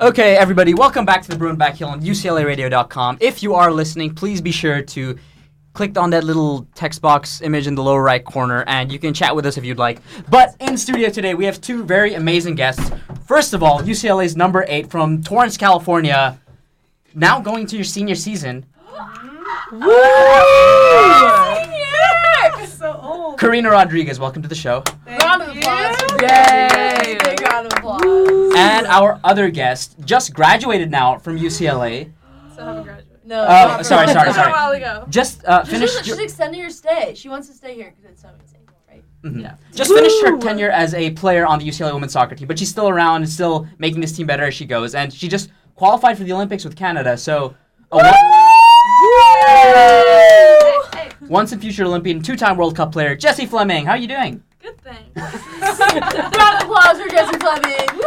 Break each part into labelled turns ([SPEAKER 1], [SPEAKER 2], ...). [SPEAKER 1] Okay, everybody, welcome back to the Bruin Back Hill on UCLARadio.com. If you are listening, please be sure to click on that little text box image in the lower right corner, and you can chat with us if you'd like. But in studio today, we have two very amazing guests. First of all, UCLA's number eight from Torrance, California, now going to your senior season.
[SPEAKER 2] Senior! so old.
[SPEAKER 1] Karina Rodriguez, welcome to the show.
[SPEAKER 2] Round of applause.
[SPEAKER 3] Yay!
[SPEAKER 2] Big round of
[SPEAKER 1] Oh,
[SPEAKER 2] applause.
[SPEAKER 1] And our other guest just graduated now from UCLA.
[SPEAKER 2] So haven't graduated.
[SPEAKER 3] No.
[SPEAKER 1] Oh,
[SPEAKER 3] never.
[SPEAKER 1] sorry, sorry,
[SPEAKER 2] That was
[SPEAKER 1] sorry.
[SPEAKER 2] A while ago.
[SPEAKER 1] Just uh,
[SPEAKER 3] She's, she's,
[SPEAKER 1] finished. your-
[SPEAKER 3] extending her stay. She wants to stay here because it's so insane, right?
[SPEAKER 1] Mhm. Just finished her tenure as a player on the UCLA women's soccer team, but she's still around and still making this team better as she goes. And she just qualified for the Olympics with Canada, so a wo-
[SPEAKER 2] Hey, hey,
[SPEAKER 1] once and future Olympian, two-time World Cup player Jesse Fleming. How are you doing?
[SPEAKER 2] good thing.
[SPEAKER 3] Round of applause for Jesse Fleming.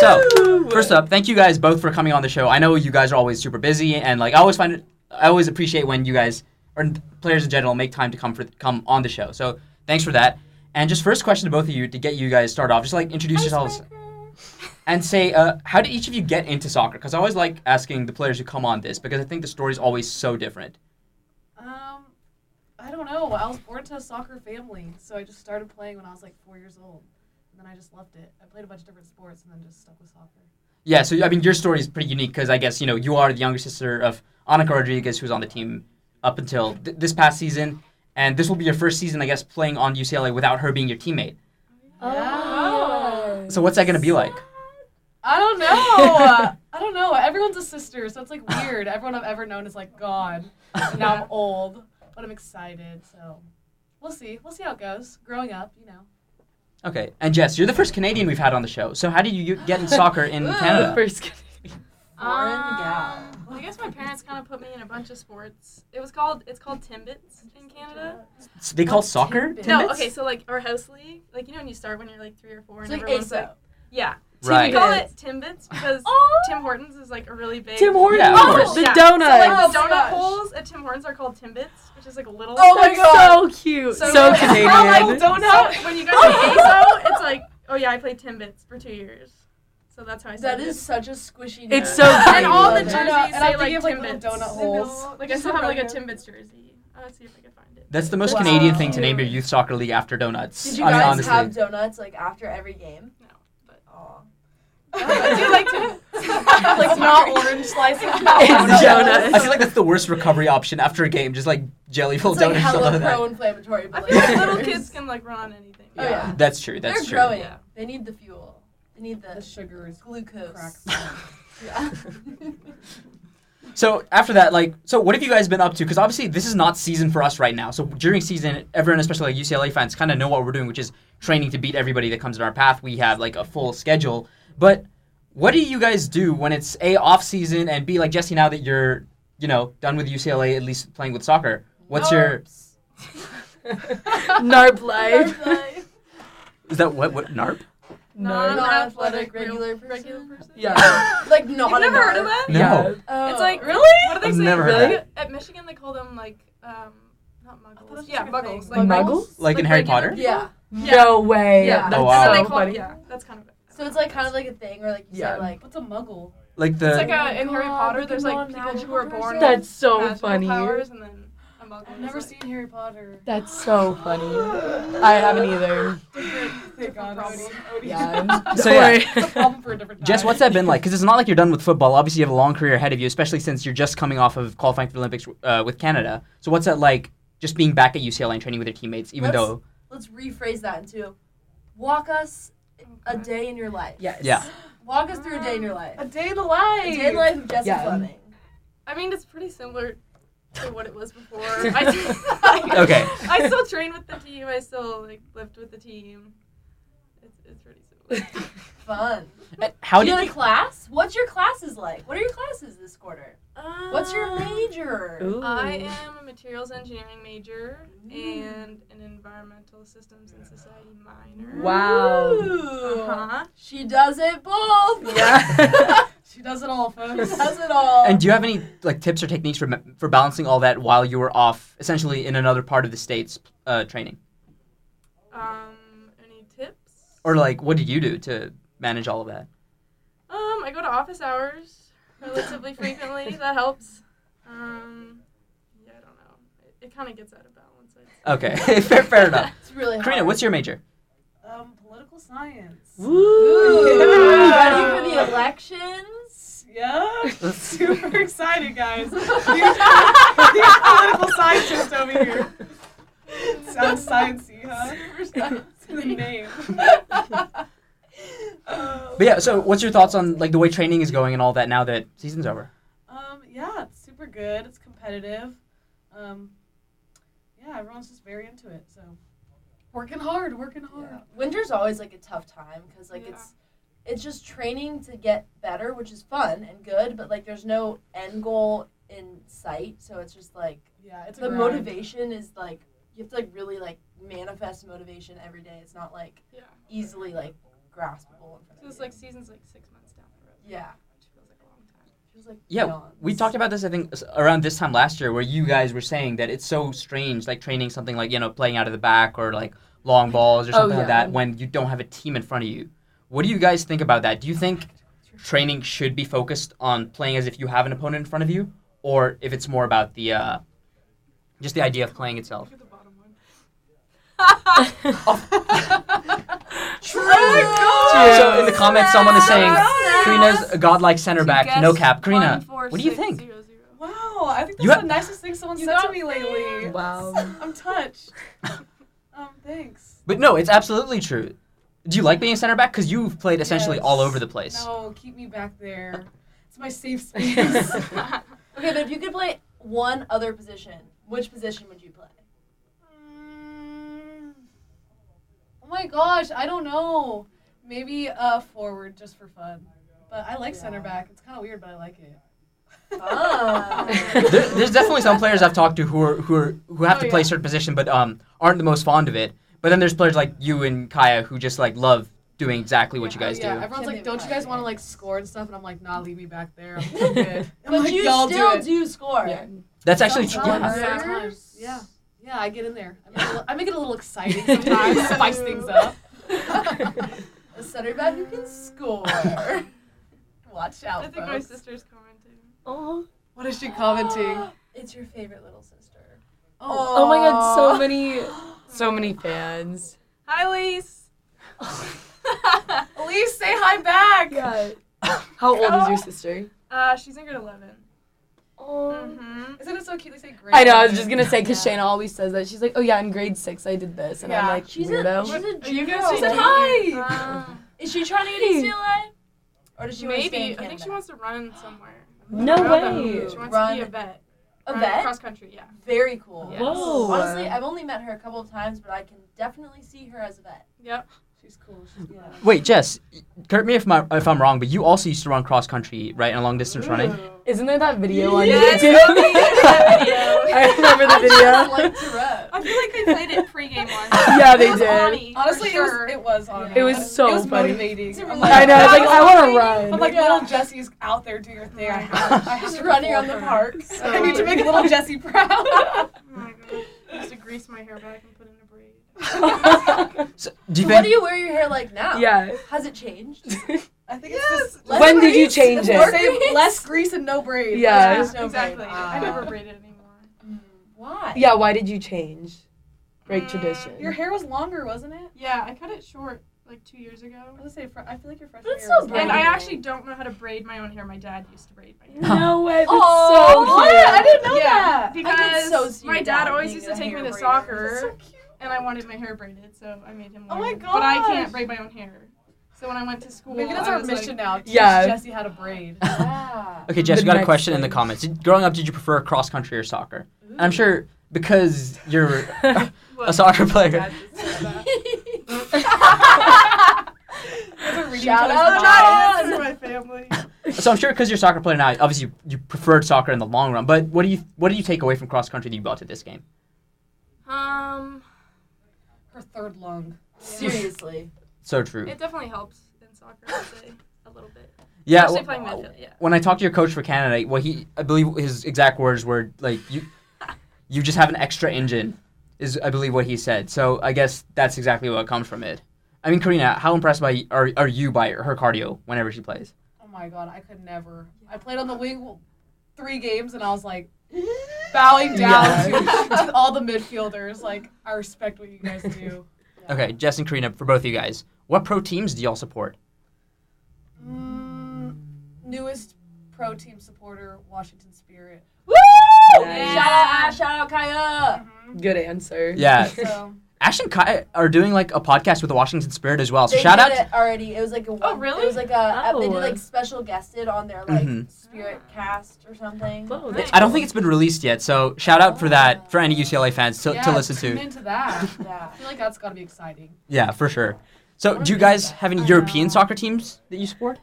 [SPEAKER 1] So, first up, thank you guys both for coming on the show. I know you guys are always super busy, and like I always find it, I always appreciate when you guys or players in general make time to come for come on the show. So, thanks for that. And just first question to both of you to get you guys started off, just like introduce yourselves and say uh, how did each of you get into soccer? Because I always like asking the players who come on this because I think the story is always so different.
[SPEAKER 2] Um, I don't know. I was born to a soccer family, so I just started playing when I was like four years old, and then I just loved it. I played a bunch of different sports, and then just stuck with soccer.
[SPEAKER 1] Yeah, so I mean your story is pretty unique because I guess you know you are the younger sister of Annika Rodriguez, who was on the team up until th- this past season, and this will be your first season, I guess, playing on UCLA without her being your teammate.
[SPEAKER 4] Oh,
[SPEAKER 2] Yeah.
[SPEAKER 1] So what's that gonna be like?
[SPEAKER 2] I don't know. I don't know. Everyone's a sister, so it's like weird. Everyone I've ever known is like gone. And now I'm old, but I'm excited. So we'll see. We'll see how it goes. Growing up, you know.
[SPEAKER 1] Okay, and Jess, you're the first Canadian we've had on the show. So how did you get in soccer in Canada?
[SPEAKER 3] First
[SPEAKER 4] Um,
[SPEAKER 3] Foreign gal.
[SPEAKER 4] I guess my parents kind of put me in a bunch of sports. It was called it's called timbits in Canada.
[SPEAKER 1] S- They call soccer?
[SPEAKER 2] Timbits.
[SPEAKER 4] No,
[SPEAKER 1] Timbits?
[SPEAKER 4] okay, so like our house league, like you know when you start when you're like three or four,
[SPEAKER 3] It's
[SPEAKER 4] and
[SPEAKER 3] like
[SPEAKER 4] everyone's
[SPEAKER 3] ASO.
[SPEAKER 4] like, yeah.
[SPEAKER 1] Right.
[SPEAKER 4] We call it timbits because
[SPEAKER 3] Oh.
[SPEAKER 4] Tim Hortons is like a really big.
[SPEAKER 5] Tim Hortons.
[SPEAKER 1] Yeah, of course.
[SPEAKER 5] the
[SPEAKER 4] Yeah.
[SPEAKER 5] donuts.
[SPEAKER 4] So,
[SPEAKER 3] Oh
[SPEAKER 4] like the
[SPEAKER 3] my
[SPEAKER 4] donut
[SPEAKER 3] gosh.
[SPEAKER 4] holes at Tim Hortons are called timbits, which is like a little.
[SPEAKER 3] Oh my
[SPEAKER 5] That's
[SPEAKER 3] God.
[SPEAKER 5] so cute.
[SPEAKER 4] So
[SPEAKER 5] So,
[SPEAKER 4] cute.
[SPEAKER 5] Canadian.
[SPEAKER 4] Oh my
[SPEAKER 2] I don't know.
[SPEAKER 4] So when you go to ASO, it's like oh yeah, I played timbits for two years, so that's how I
[SPEAKER 3] That
[SPEAKER 4] started.
[SPEAKER 3] is such a squishy. Name.
[SPEAKER 5] It's so cute.
[SPEAKER 4] And all the
[SPEAKER 3] I
[SPEAKER 4] jerseys
[SPEAKER 3] love
[SPEAKER 2] I
[SPEAKER 3] it.
[SPEAKER 2] know, and I'm
[SPEAKER 4] say like
[SPEAKER 2] thinking of, like, little
[SPEAKER 4] timbits.
[SPEAKER 2] donut holes.
[SPEAKER 4] Like I still have like a timbits jersey. I'll see if I can find it.
[SPEAKER 1] That's the most
[SPEAKER 3] Wow.
[SPEAKER 1] Canadian thing to name your youth soccer league after donuts.
[SPEAKER 3] Did you
[SPEAKER 1] I mean,
[SPEAKER 3] guys
[SPEAKER 1] honestly.
[SPEAKER 3] have donuts like after every game?
[SPEAKER 4] No, but-
[SPEAKER 3] Aw.
[SPEAKER 2] I do like timbits. like not orange slices.
[SPEAKER 1] It's
[SPEAKER 2] It's
[SPEAKER 5] donuts.
[SPEAKER 1] I feel like that's the worst recovery option after a game, just like jelly full
[SPEAKER 3] It's like
[SPEAKER 1] donuts. all
[SPEAKER 3] hella oh,
[SPEAKER 1] of that.
[SPEAKER 3] pro-inflammatory.
[SPEAKER 4] I
[SPEAKER 3] but,
[SPEAKER 4] feel like
[SPEAKER 3] like,
[SPEAKER 4] little kids can like run on anything.
[SPEAKER 3] Oh, yeah.
[SPEAKER 1] That's true.
[SPEAKER 3] They're
[SPEAKER 1] That's true.
[SPEAKER 3] growing.
[SPEAKER 4] Yeah.
[SPEAKER 3] They need the fuel. They need the,
[SPEAKER 2] The sugars. Crack.
[SPEAKER 3] glucose. Yeah.
[SPEAKER 1] So after that, like, so what have you guys been up to? Because obviously this is not season for us right now. So during season, everyone, especially like UCLA fans, kind of know what we're doing, which is training to beat everybody that comes in our path. We have like a full schedule. But what do you guys do when it's a off season and b like Jesse now that you're you know done with UCLA at least playing with soccer? What's
[SPEAKER 4] Oh.
[SPEAKER 1] your
[SPEAKER 3] Narps.
[SPEAKER 5] Narp life.
[SPEAKER 3] Narp life.
[SPEAKER 1] is that what what NARP?
[SPEAKER 3] Non-athletic regular person?
[SPEAKER 4] regular person.
[SPEAKER 5] Yeah.
[SPEAKER 3] like not
[SPEAKER 4] You've never
[SPEAKER 3] a
[SPEAKER 4] heard of
[SPEAKER 3] narp.
[SPEAKER 4] that?
[SPEAKER 1] No.
[SPEAKER 5] Yeah.
[SPEAKER 3] Oh.
[SPEAKER 4] It's like really? What do they
[SPEAKER 1] I've
[SPEAKER 4] say?
[SPEAKER 1] never
[SPEAKER 5] heard
[SPEAKER 4] Like,
[SPEAKER 5] that.
[SPEAKER 4] At Michigan, they call them like um, not
[SPEAKER 2] that was
[SPEAKER 4] muggles.
[SPEAKER 2] just
[SPEAKER 4] Yeah,
[SPEAKER 2] like a
[SPEAKER 4] muggles.
[SPEAKER 2] thing.
[SPEAKER 4] Like
[SPEAKER 5] Muggles?
[SPEAKER 1] Like in
[SPEAKER 4] Like
[SPEAKER 1] Harry
[SPEAKER 4] regular-
[SPEAKER 1] Potter?
[SPEAKER 3] Yeah.
[SPEAKER 5] No way.
[SPEAKER 3] Yeah.
[SPEAKER 5] That's
[SPEAKER 1] Oh,
[SPEAKER 4] And then
[SPEAKER 1] wow.
[SPEAKER 5] so
[SPEAKER 4] they call
[SPEAKER 5] funny.
[SPEAKER 4] yeah. That's kind of it.
[SPEAKER 3] So it's like kind of like a thing where like you
[SPEAKER 5] Yeah.
[SPEAKER 3] say like
[SPEAKER 2] What's a muggle?
[SPEAKER 1] Like the
[SPEAKER 4] It's like
[SPEAKER 3] Oh
[SPEAKER 4] a,
[SPEAKER 3] my
[SPEAKER 4] in Harry
[SPEAKER 3] God,
[SPEAKER 4] Potter,
[SPEAKER 3] look
[SPEAKER 4] there's
[SPEAKER 3] at
[SPEAKER 4] like
[SPEAKER 3] all
[SPEAKER 4] people who
[SPEAKER 3] magical
[SPEAKER 4] are born
[SPEAKER 3] person.
[SPEAKER 5] That's so
[SPEAKER 4] with magical
[SPEAKER 5] funny.
[SPEAKER 4] powers, and then a muggle.
[SPEAKER 2] I've
[SPEAKER 4] is,
[SPEAKER 2] never
[SPEAKER 4] like,
[SPEAKER 2] seen Harry Potter.
[SPEAKER 5] That's so funny. I haven't either.
[SPEAKER 4] different-
[SPEAKER 2] Thank
[SPEAKER 4] different
[SPEAKER 2] God,
[SPEAKER 4] problems.
[SPEAKER 2] Odie.
[SPEAKER 5] Yeah. Don't
[SPEAKER 1] So, yeah.
[SPEAKER 5] worry.
[SPEAKER 2] it's a problem for a different time.
[SPEAKER 1] Jess, what's that been like? Because it's not like you're done with football. Obviously, you have a long career ahead of you, especially since you're just coming off of qualifying for the Olympics uh, with Canada. So, what's that like? Just being back at UCLA and training with your teammates, even
[SPEAKER 3] That's-
[SPEAKER 1] though
[SPEAKER 3] let's rephrase that into walk us a day in your life.
[SPEAKER 5] Yes.
[SPEAKER 1] Yeah.
[SPEAKER 3] Walk us through a day in your life.
[SPEAKER 2] A day in the life.
[SPEAKER 3] A day in the life of Jesse
[SPEAKER 5] Yeah.
[SPEAKER 3] Fleming.
[SPEAKER 4] I mean, it's pretty similar to what it was before. I still,
[SPEAKER 1] Okay.
[SPEAKER 4] I still train with the team. I still like lift with the team. It's, it's pretty similar.
[SPEAKER 3] Fun.
[SPEAKER 1] And eh, how
[SPEAKER 3] Do you
[SPEAKER 1] did
[SPEAKER 3] have a class? What's your classes like? What are your classes this quarter? What's your
[SPEAKER 4] Um,
[SPEAKER 3] major?
[SPEAKER 5] Ooh.
[SPEAKER 4] I am a materials engineering major and an environmental systems and society minor.
[SPEAKER 5] Wow.
[SPEAKER 3] Ooh.
[SPEAKER 4] Uh-huh.
[SPEAKER 3] She does it both.
[SPEAKER 5] Yeah.
[SPEAKER 2] She does it all, folks.
[SPEAKER 3] She does it all.
[SPEAKER 1] and do you have any like tips or techniques for ma- for balancing all that while you were off, essentially in another part of the states uh, training,
[SPEAKER 4] Um, any tips?
[SPEAKER 1] or like what did you do to manage all of that?
[SPEAKER 4] um, I go to office hours relatively frequently. That helps. Um, yeah, I don't know. It, it kind of gets out of balance. I'd say.
[SPEAKER 1] Okay, fair, fair enough.
[SPEAKER 3] It's really hard.
[SPEAKER 1] Karina, what's your major?
[SPEAKER 2] Um, political science.
[SPEAKER 3] Ooh,
[SPEAKER 2] Yeah.
[SPEAKER 3] ready for the elections?
[SPEAKER 2] Yeah, super excited, guys. Huge, huge political scientist over here. Sounds sciencey, huh? It's in the name. Um,
[SPEAKER 1] But yeah, so what's your thoughts on like the way training is going and all that now that season's over?
[SPEAKER 2] Um, yeah, it's super good. It's competitive. Um, yeah, everyone's just very into it. So, working hard, working hard.
[SPEAKER 3] Winter's always like a tough time because like
[SPEAKER 4] Yeah.
[SPEAKER 3] it's it's just training to get better, which is fun and good, but like there's no end goal in sight, so it's just like
[SPEAKER 2] Yeah, it's a
[SPEAKER 3] the
[SPEAKER 2] grind.
[SPEAKER 3] motivation is like you have to like really like manifest motivation every day. It's not like
[SPEAKER 4] Yeah.
[SPEAKER 3] easily like graspable. In front
[SPEAKER 4] So
[SPEAKER 3] of
[SPEAKER 4] it's
[SPEAKER 3] you.
[SPEAKER 4] like season's like six months down the road.
[SPEAKER 3] yeah,
[SPEAKER 4] Which feels like a long time.
[SPEAKER 3] feels like
[SPEAKER 1] Yeah,
[SPEAKER 3] eons.
[SPEAKER 1] We talked about this, I think, s- around this time last year, where you guys were saying that it's so strange, like training something like you know playing out of the back or like long balls or
[SPEAKER 5] Oh,
[SPEAKER 1] something like
[SPEAKER 5] yeah.
[SPEAKER 1] that when you don't have a team in front of you. What do you guys think about that? Do you think training should be focused on playing as if you have an opponent in front of you, or if it's more about the uh, just the idea of playing itself?
[SPEAKER 4] Look at the bottom one.
[SPEAKER 3] True. Oh
[SPEAKER 5] God.
[SPEAKER 1] So in the comments, someone is saying
[SPEAKER 3] Yes.
[SPEAKER 1] Karina's a godlike center back,
[SPEAKER 4] Guess
[SPEAKER 1] no cap. Karina,
[SPEAKER 4] one, four,
[SPEAKER 1] what do you
[SPEAKER 4] six,
[SPEAKER 1] think?
[SPEAKER 4] zero, zero.
[SPEAKER 2] Wow, I think that's
[SPEAKER 1] You
[SPEAKER 2] the
[SPEAKER 1] have-
[SPEAKER 2] nicest thing someone
[SPEAKER 4] You
[SPEAKER 2] said to
[SPEAKER 4] got
[SPEAKER 2] me lately.
[SPEAKER 5] Wow.
[SPEAKER 2] I'm touched. um, thanks.
[SPEAKER 1] But no, it's absolutely true. Do you like being a center back? Because you've played essentially all
[SPEAKER 2] Yes.
[SPEAKER 1] over the place.
[SPEAKER 2] No, keep me back there. It's my safe space.
[SPEAKER 3] Okay, but if you could play one other position, which position would you play?
[SPEAKER 2] Mm. oh my gosh, I don't know. Maybe uh, forward just for fun. But I like center
[SPEAKER 3] Yeah.
[SPEAKER 2] back. It's kind of weird, but I like it.
[SPEAKER 3] Fun.
[SPEAKER 1] there, there's definitely some players I've talked to who are who are who have
[SPEAKER 2] Oh,
[SPEAKER 1] to play
[SPEAKER 2] yeah.
[SPEAKER 1] certain position, but um aren't the most fond of it. But then there's players like you and Kaya who just like love doing exactly what you
[SPEAKER 2] Oh,
[SPEAKER 1] guys
[SPEAKER 2] yeah,
[SPEAKER 1] do.
[SPEAKER 2] everyone's
[SPEAKER 3] Can
[SPEAKER 2] like,
[SPEAKER 3] they
[SPEAKER 2] "Don't you guys
[SPEAKER 3] fight
[SPEAKER 2] want to
[SPEAKER 3] it?
[SPEAKER 2] like score and stuff?" And I'm like, "Nah, leave me back there. I'm so good." I'm
[SPEAKER 3] But
[SPEAKER 2] like,
[SPEAKER 3] you
[SPEAKER 2] "Y'all
[SPEAKER 3] still
[SPEAKER 2] do it."
[SPEAKER 3] do score.
[SPEAKER 5] Yeah.
[SPEAKER 1] That's actually true.
[SPEAKER 2] Sometimes.
[SPEAKER 1] Yeah.
[SPEAKER 2] Yeah.
[SPEAKER 3] Sometimes.
[SPEAKER 2] Yeah. Yeah, I get in there. I make it a little, I make it a little exciting sometimes, spice things up.
[SPEAKER 3] A center back who can score. Watch out,
[SPEAKER 4] I think my
[SPEAKER 3] folks.
[SPEAKER 4] sister's commenting.
[SPEAKER 5] Oh,
[SPEAKER 2] What is she commenting?
[SPEAKER 3] It's your favorite little sister.
[SPEAKER 2] Oh,
[SPEAKER 5] oh my god, so many, so many fans.
[SPEAKER 4] Hi, Lise.
[SPEAKER 2] Elise, say hi back.
[SPEAKER 5] Yeah. How old is your sister?
[SPEAKER 4] uh, she's in grade 11.
[SPEAKER 5] Oh.
[SPEAKER 4] Mm-hmm.
[SPEAKER 2] Isn't it so cute? They say great.
[SPEAKER 5] I know. I was just gonna say because
[SPEAKER 3] Yeah.
[SPEAKER 5] Shana always says that. She's like, "Oh yeah, in grade six I did this," and I'm
[SPEAKER 2] Yeah.
[SPEAKER 5] like,
[SPEAKER 3] She's
[SPEAKER 5] "Weirdo."
[SPEAKER 3] a she's a
[SPEAKER 4] Are you
[SPEAKER 3] junior.
[SPEAKER 4] guys-
[SPEAKER 2] She said
[SPEAKER 4] Oh.
[SPEAKER 2] hi.
[SPEAKER 4] Uh,
[SPEAKER 3] Is she trying to get UCLA? Or does she want to stay in
[SPEAKER 4] Maybe. I
[SPEAKER 3] Canada?
[SPEAKER 4] think she wants to run somewhere.
[SPEAKER 5] No
[SPEAKER 4] I don't know.
[SPEAKER 5] way.
[SPEAKER 4] She wants to
[SPEAKER 3] Run.
[SPEAKER 4] be a vet.
[SPEAKER 3] a
[SPEAKER 4] Run
[SPEAKER 3] vet.
[SPEAKER 4] Cross country, yeah.
[SPEAKER 3] Very cool.
[SPEAKER 4] Yes.
[SPEAKER 5] Whoa.
[SPEAKER 3] Honestly, I've only met her a couple of times, but I can definitely see her as a vet.
[SPEAKER 4] Yep.
[SPEAKER 2] She's cool. She's cool.
[SPEAKER 1] Wait, Jess, correct me if my, if I'm wrong, but you also used to run cross country, right, and long distance running.
[SPEAKER 5] Isn't there that video on
[SPEAKER 4] Yes,
[SPEAKER 5] YouTube?
[SPEAKER 4] okay,
[SPEAKER 5] I remember the
[SPEAKER 3] Just
[SPEAKER 5] video.
[SPEAKER 3] like to run.
[SPEAKER 4] I feel like they played it pregame once.
[SPEAKER 5] Yeah, they
[SPEAKER 4] It was
[SPEAKER 5] did.
[SPEAKER 4] Ani, for
[SPEAKER 2] Honestly,
[SPEAKER 4] sure.
[SPEAKER 2] it was it was on.
[SPEAKER 5] It was so
[SPEAKER 2] it was
[SPEAKER 5] funny.
[SPEAKER 2] motivating. I'm like,
[SPEAKER 5] I know. I was like, I want to
[SPEAKER 2] I'm
[SPEAKER 5] run.
[SPEAKER 2] like
[SPEAKER 3] Yeah.
[SPEAKER 2] little Jesse's out there doing her thing. I have, I have
[SPEAKER 3] Just
[SPEAKER 2] to
[SPEAKER 3] running
[SPEAKER 2] perform
[SPEAKER 3] around the
[SPEAKER 2] her.
[SPEAKER 3] park.
[SPEAKER 2] I need to make little Jesse proud.
[SPEAKER 4] Oh my god. I used to grease my hair back and put in a braid.
[SPEAKER 1] So, do you
[SPEAKER 3] what
[SPEAKER 1] think?
[SPEAKER 3] do you wear your hair like now?
[SPEAKER 5] Yeah.
[SPEAKER 3] Has it changed?
[SPEAKER 2] I think it's just
[SPEAKER 3] Less
[SPEAKER 5] When did you
[SPEAKER 3] braids?
[SPEAKER 5] change
[SPEAKER 3] More
[SPEAKER 5] it?
[SPEAKER 2] save
[SPEAKER 3] braids?
[SPEAKER 2] less grease and no braids.
[SPEAKER 5] Yeah.
[SPEAKER 3] there's no
[SPEAKER 4] exactly.
[SPEAKER 3] braid.
[SPEAKER 4] I never
[SPEAKER 5] Uh.
[SPEAKER 3] Ah.
[SPEAKER 4] braided anymore.
[SPEAKER 3] Why?
[SPEAKER 5] Yeah. Why did you change? Break
[SPEAKER 4] Mm,
[SPEAKER 5] tradition.
[SPEAKER 2] Your hair was longer, wasn't it?
[SPEAKER 4] Yeah, I cut it short like two years ago.
[SPEAKER 2] I was gonna say, fr- I feel like your freshman
[SPEAKER 3] That's
[SPEAKER 2] year
[SPEAKER 3] so
[SPEAKER 2] was
[SPEAKER 3] brave.
[SPEAKER 4] And I
[SPEAKER 2] longer.
[SPEAKER 4] actually don't know how to braid my own hair. My dad used to braid my hair.
[SPEAKER 5] No way. That's
[SPEAKER 3] Aw,
[SPEAKER 5] so
[SPEAKER 2] Oh, What?
[SPEAKER 5] cute.
[SPEAKER 2] I didn't know
[SPEAKER 4] Oh, yeah,
[SPEAKER 2] that.
[SPEAKER 3] I could
[SPEAKER 4] Because
[SPEAKER 3] so see
[SPEAKER 4] my
[SPEAKER 3] your
[SPEAKER 4] dad
[SPEAKER 3] dad
[SPEAKER 4] always
[SPEAKER 3] being
[SPEAKER 4] used
[SPEAKER 3] a
[SPEAKER 4] to take me
[SPEAKER 3] hair
[SPEAKER 4] to
[SPEAKER 3] braider.
[SPEAKER 2] That's
[SPEAKER 4] soccer,
[SPEAKER 2] so cute.
[SPEAKER 4] and I wanted my hair braided, so I made him.
[SPEAKER 2] Oh
[SPEAKER 4] learn.
[SPEAKER 2] my
[SPEAKER 4] But I
[SPEAKER 2] gosh.
[SPEAKER 4] can't braid my own hair. So when I went to school,
[SPEAKER 2] Maybe that's
[SPEAKER 4] I
[SPEAKER 2] our
[SPEAKER 4] was
[SPEAKER 2] mission
[SPEAKER 4] Like,
[SPEAKER 2] now. Teach
[SPEAKER 5] Yeah.
[SPEAKER 2] Jesse how to braid.
[SPEAKER 3] Yeah.
[SPEAKER 1] Okay, Jess, you got a
[SPEAKER 5] Midnight
[SPEAKER 1] question in the
[SPEAKER 5] swing.
[SPEAKER 1] comments. Did- growing up, did you prefer cross country or soccer? And I'm sure because you're a
[SPEAKER 4] what?
[SPEAKER 1] soccer player.
[SPEAKER 4] Dad just said that.
[SPEAKER 3] Shout
[SPEAKER 4] I'm
[SPEAKER 3] out,
[SPEAKER 4] not
[SPEAKER 3] John.
[SPEAKER 4] answering my family.
[SPEAKER 1] So I'm sure because you're a soccer player now, obviously you, you preferred soccer in the long run. But what do you what do you take away from cross country that you brought to this game?
[SPEAKER 4] Um,
[SPEAKER 2] Her third lung.
[SPEAKER 3] Seriously.
[SPEAKER 1] So true.
[SPEAKER 4] it definitely helps in soccer, I'd say, a little bit.
[SPEAKER 1] yeah.
[SPEAKER 4] Especially
[SPEAKER 1] wh-
[SPEAKER 4] playing midfield, yeah.
[SPEAKER 1] when I talked to your coach for Canada, well, he I believe his exact words were like you you just have an extra engine is I believe what he said. So I guess that's exactly what comes from it. I mean, Karina, how impressed by are are you by her cardio whenever she plays?
[SPEAKER 2] Oh my god, I could never. I played on the wing three games, and I was like bowing down to, to all the midfielders. Like, I respect what you guys do.
[SPEAKER 1] Okay, Jess and Karina, for both of you guys, what pro teams do y'all support?
[SPEAKER 2] Mm, newest pro team supporter, Washington Spirit.
[SPEAKER 5] Nice.
[SPEAKER 3] Shout out, shout out, Kaya.
[SPEAKER 5] Good answer.
[SPEAKER 1] Yeah.
[SPEAKER 2] So
[SPEAKER 1] Ash and Kai are doing like a podcast with the Washington Spirit as well. So
[SPEAKER 3] They
[SPEAKER 1] shout
[SPEAKER 3] did
[SPEAKER 1] out.
[SPEAKER 3] It already, it was like a. one-
[SPEAKER 4] really?
[SPEAKER 3] It was like a. They did
[SPEAKER 5] Oh.
[SPEAKER 3] like special guested on their like
[SPEAKER 1] Mhm.
[SPEAKER 3] spirit cast or something.
[SPEAKER 5] Cool.
[SPEAKER 4] Nice.
[SPEAKER 1] I don't think it's been released yet, so shout out for that for any UCLA fans to,
[SPEAKER 2] yeah,
[SPEAKER 1] to listen
[SPEAKER 2] tune
[SPEAKER 1] to.
[SPEAKER 2] into that.
[SPEAKER 3] Yeah.
[SPEAKER 2] I feel like that's gotta be exciting.
[SPEAKER 1] Yeah, for sure. So,
[SPEAKER 3] What
[SPEAKER 1] do you
[SPEAKER 3] is
[SPEAKER 1] guys
[SPEAKER 3] that?
[SPEAKER 1] have any
[SPEAKER 4] I
[SPEAKER 1] European
[SPEAKER 4] know.
[SPEAKER 1] soccer teams that you support?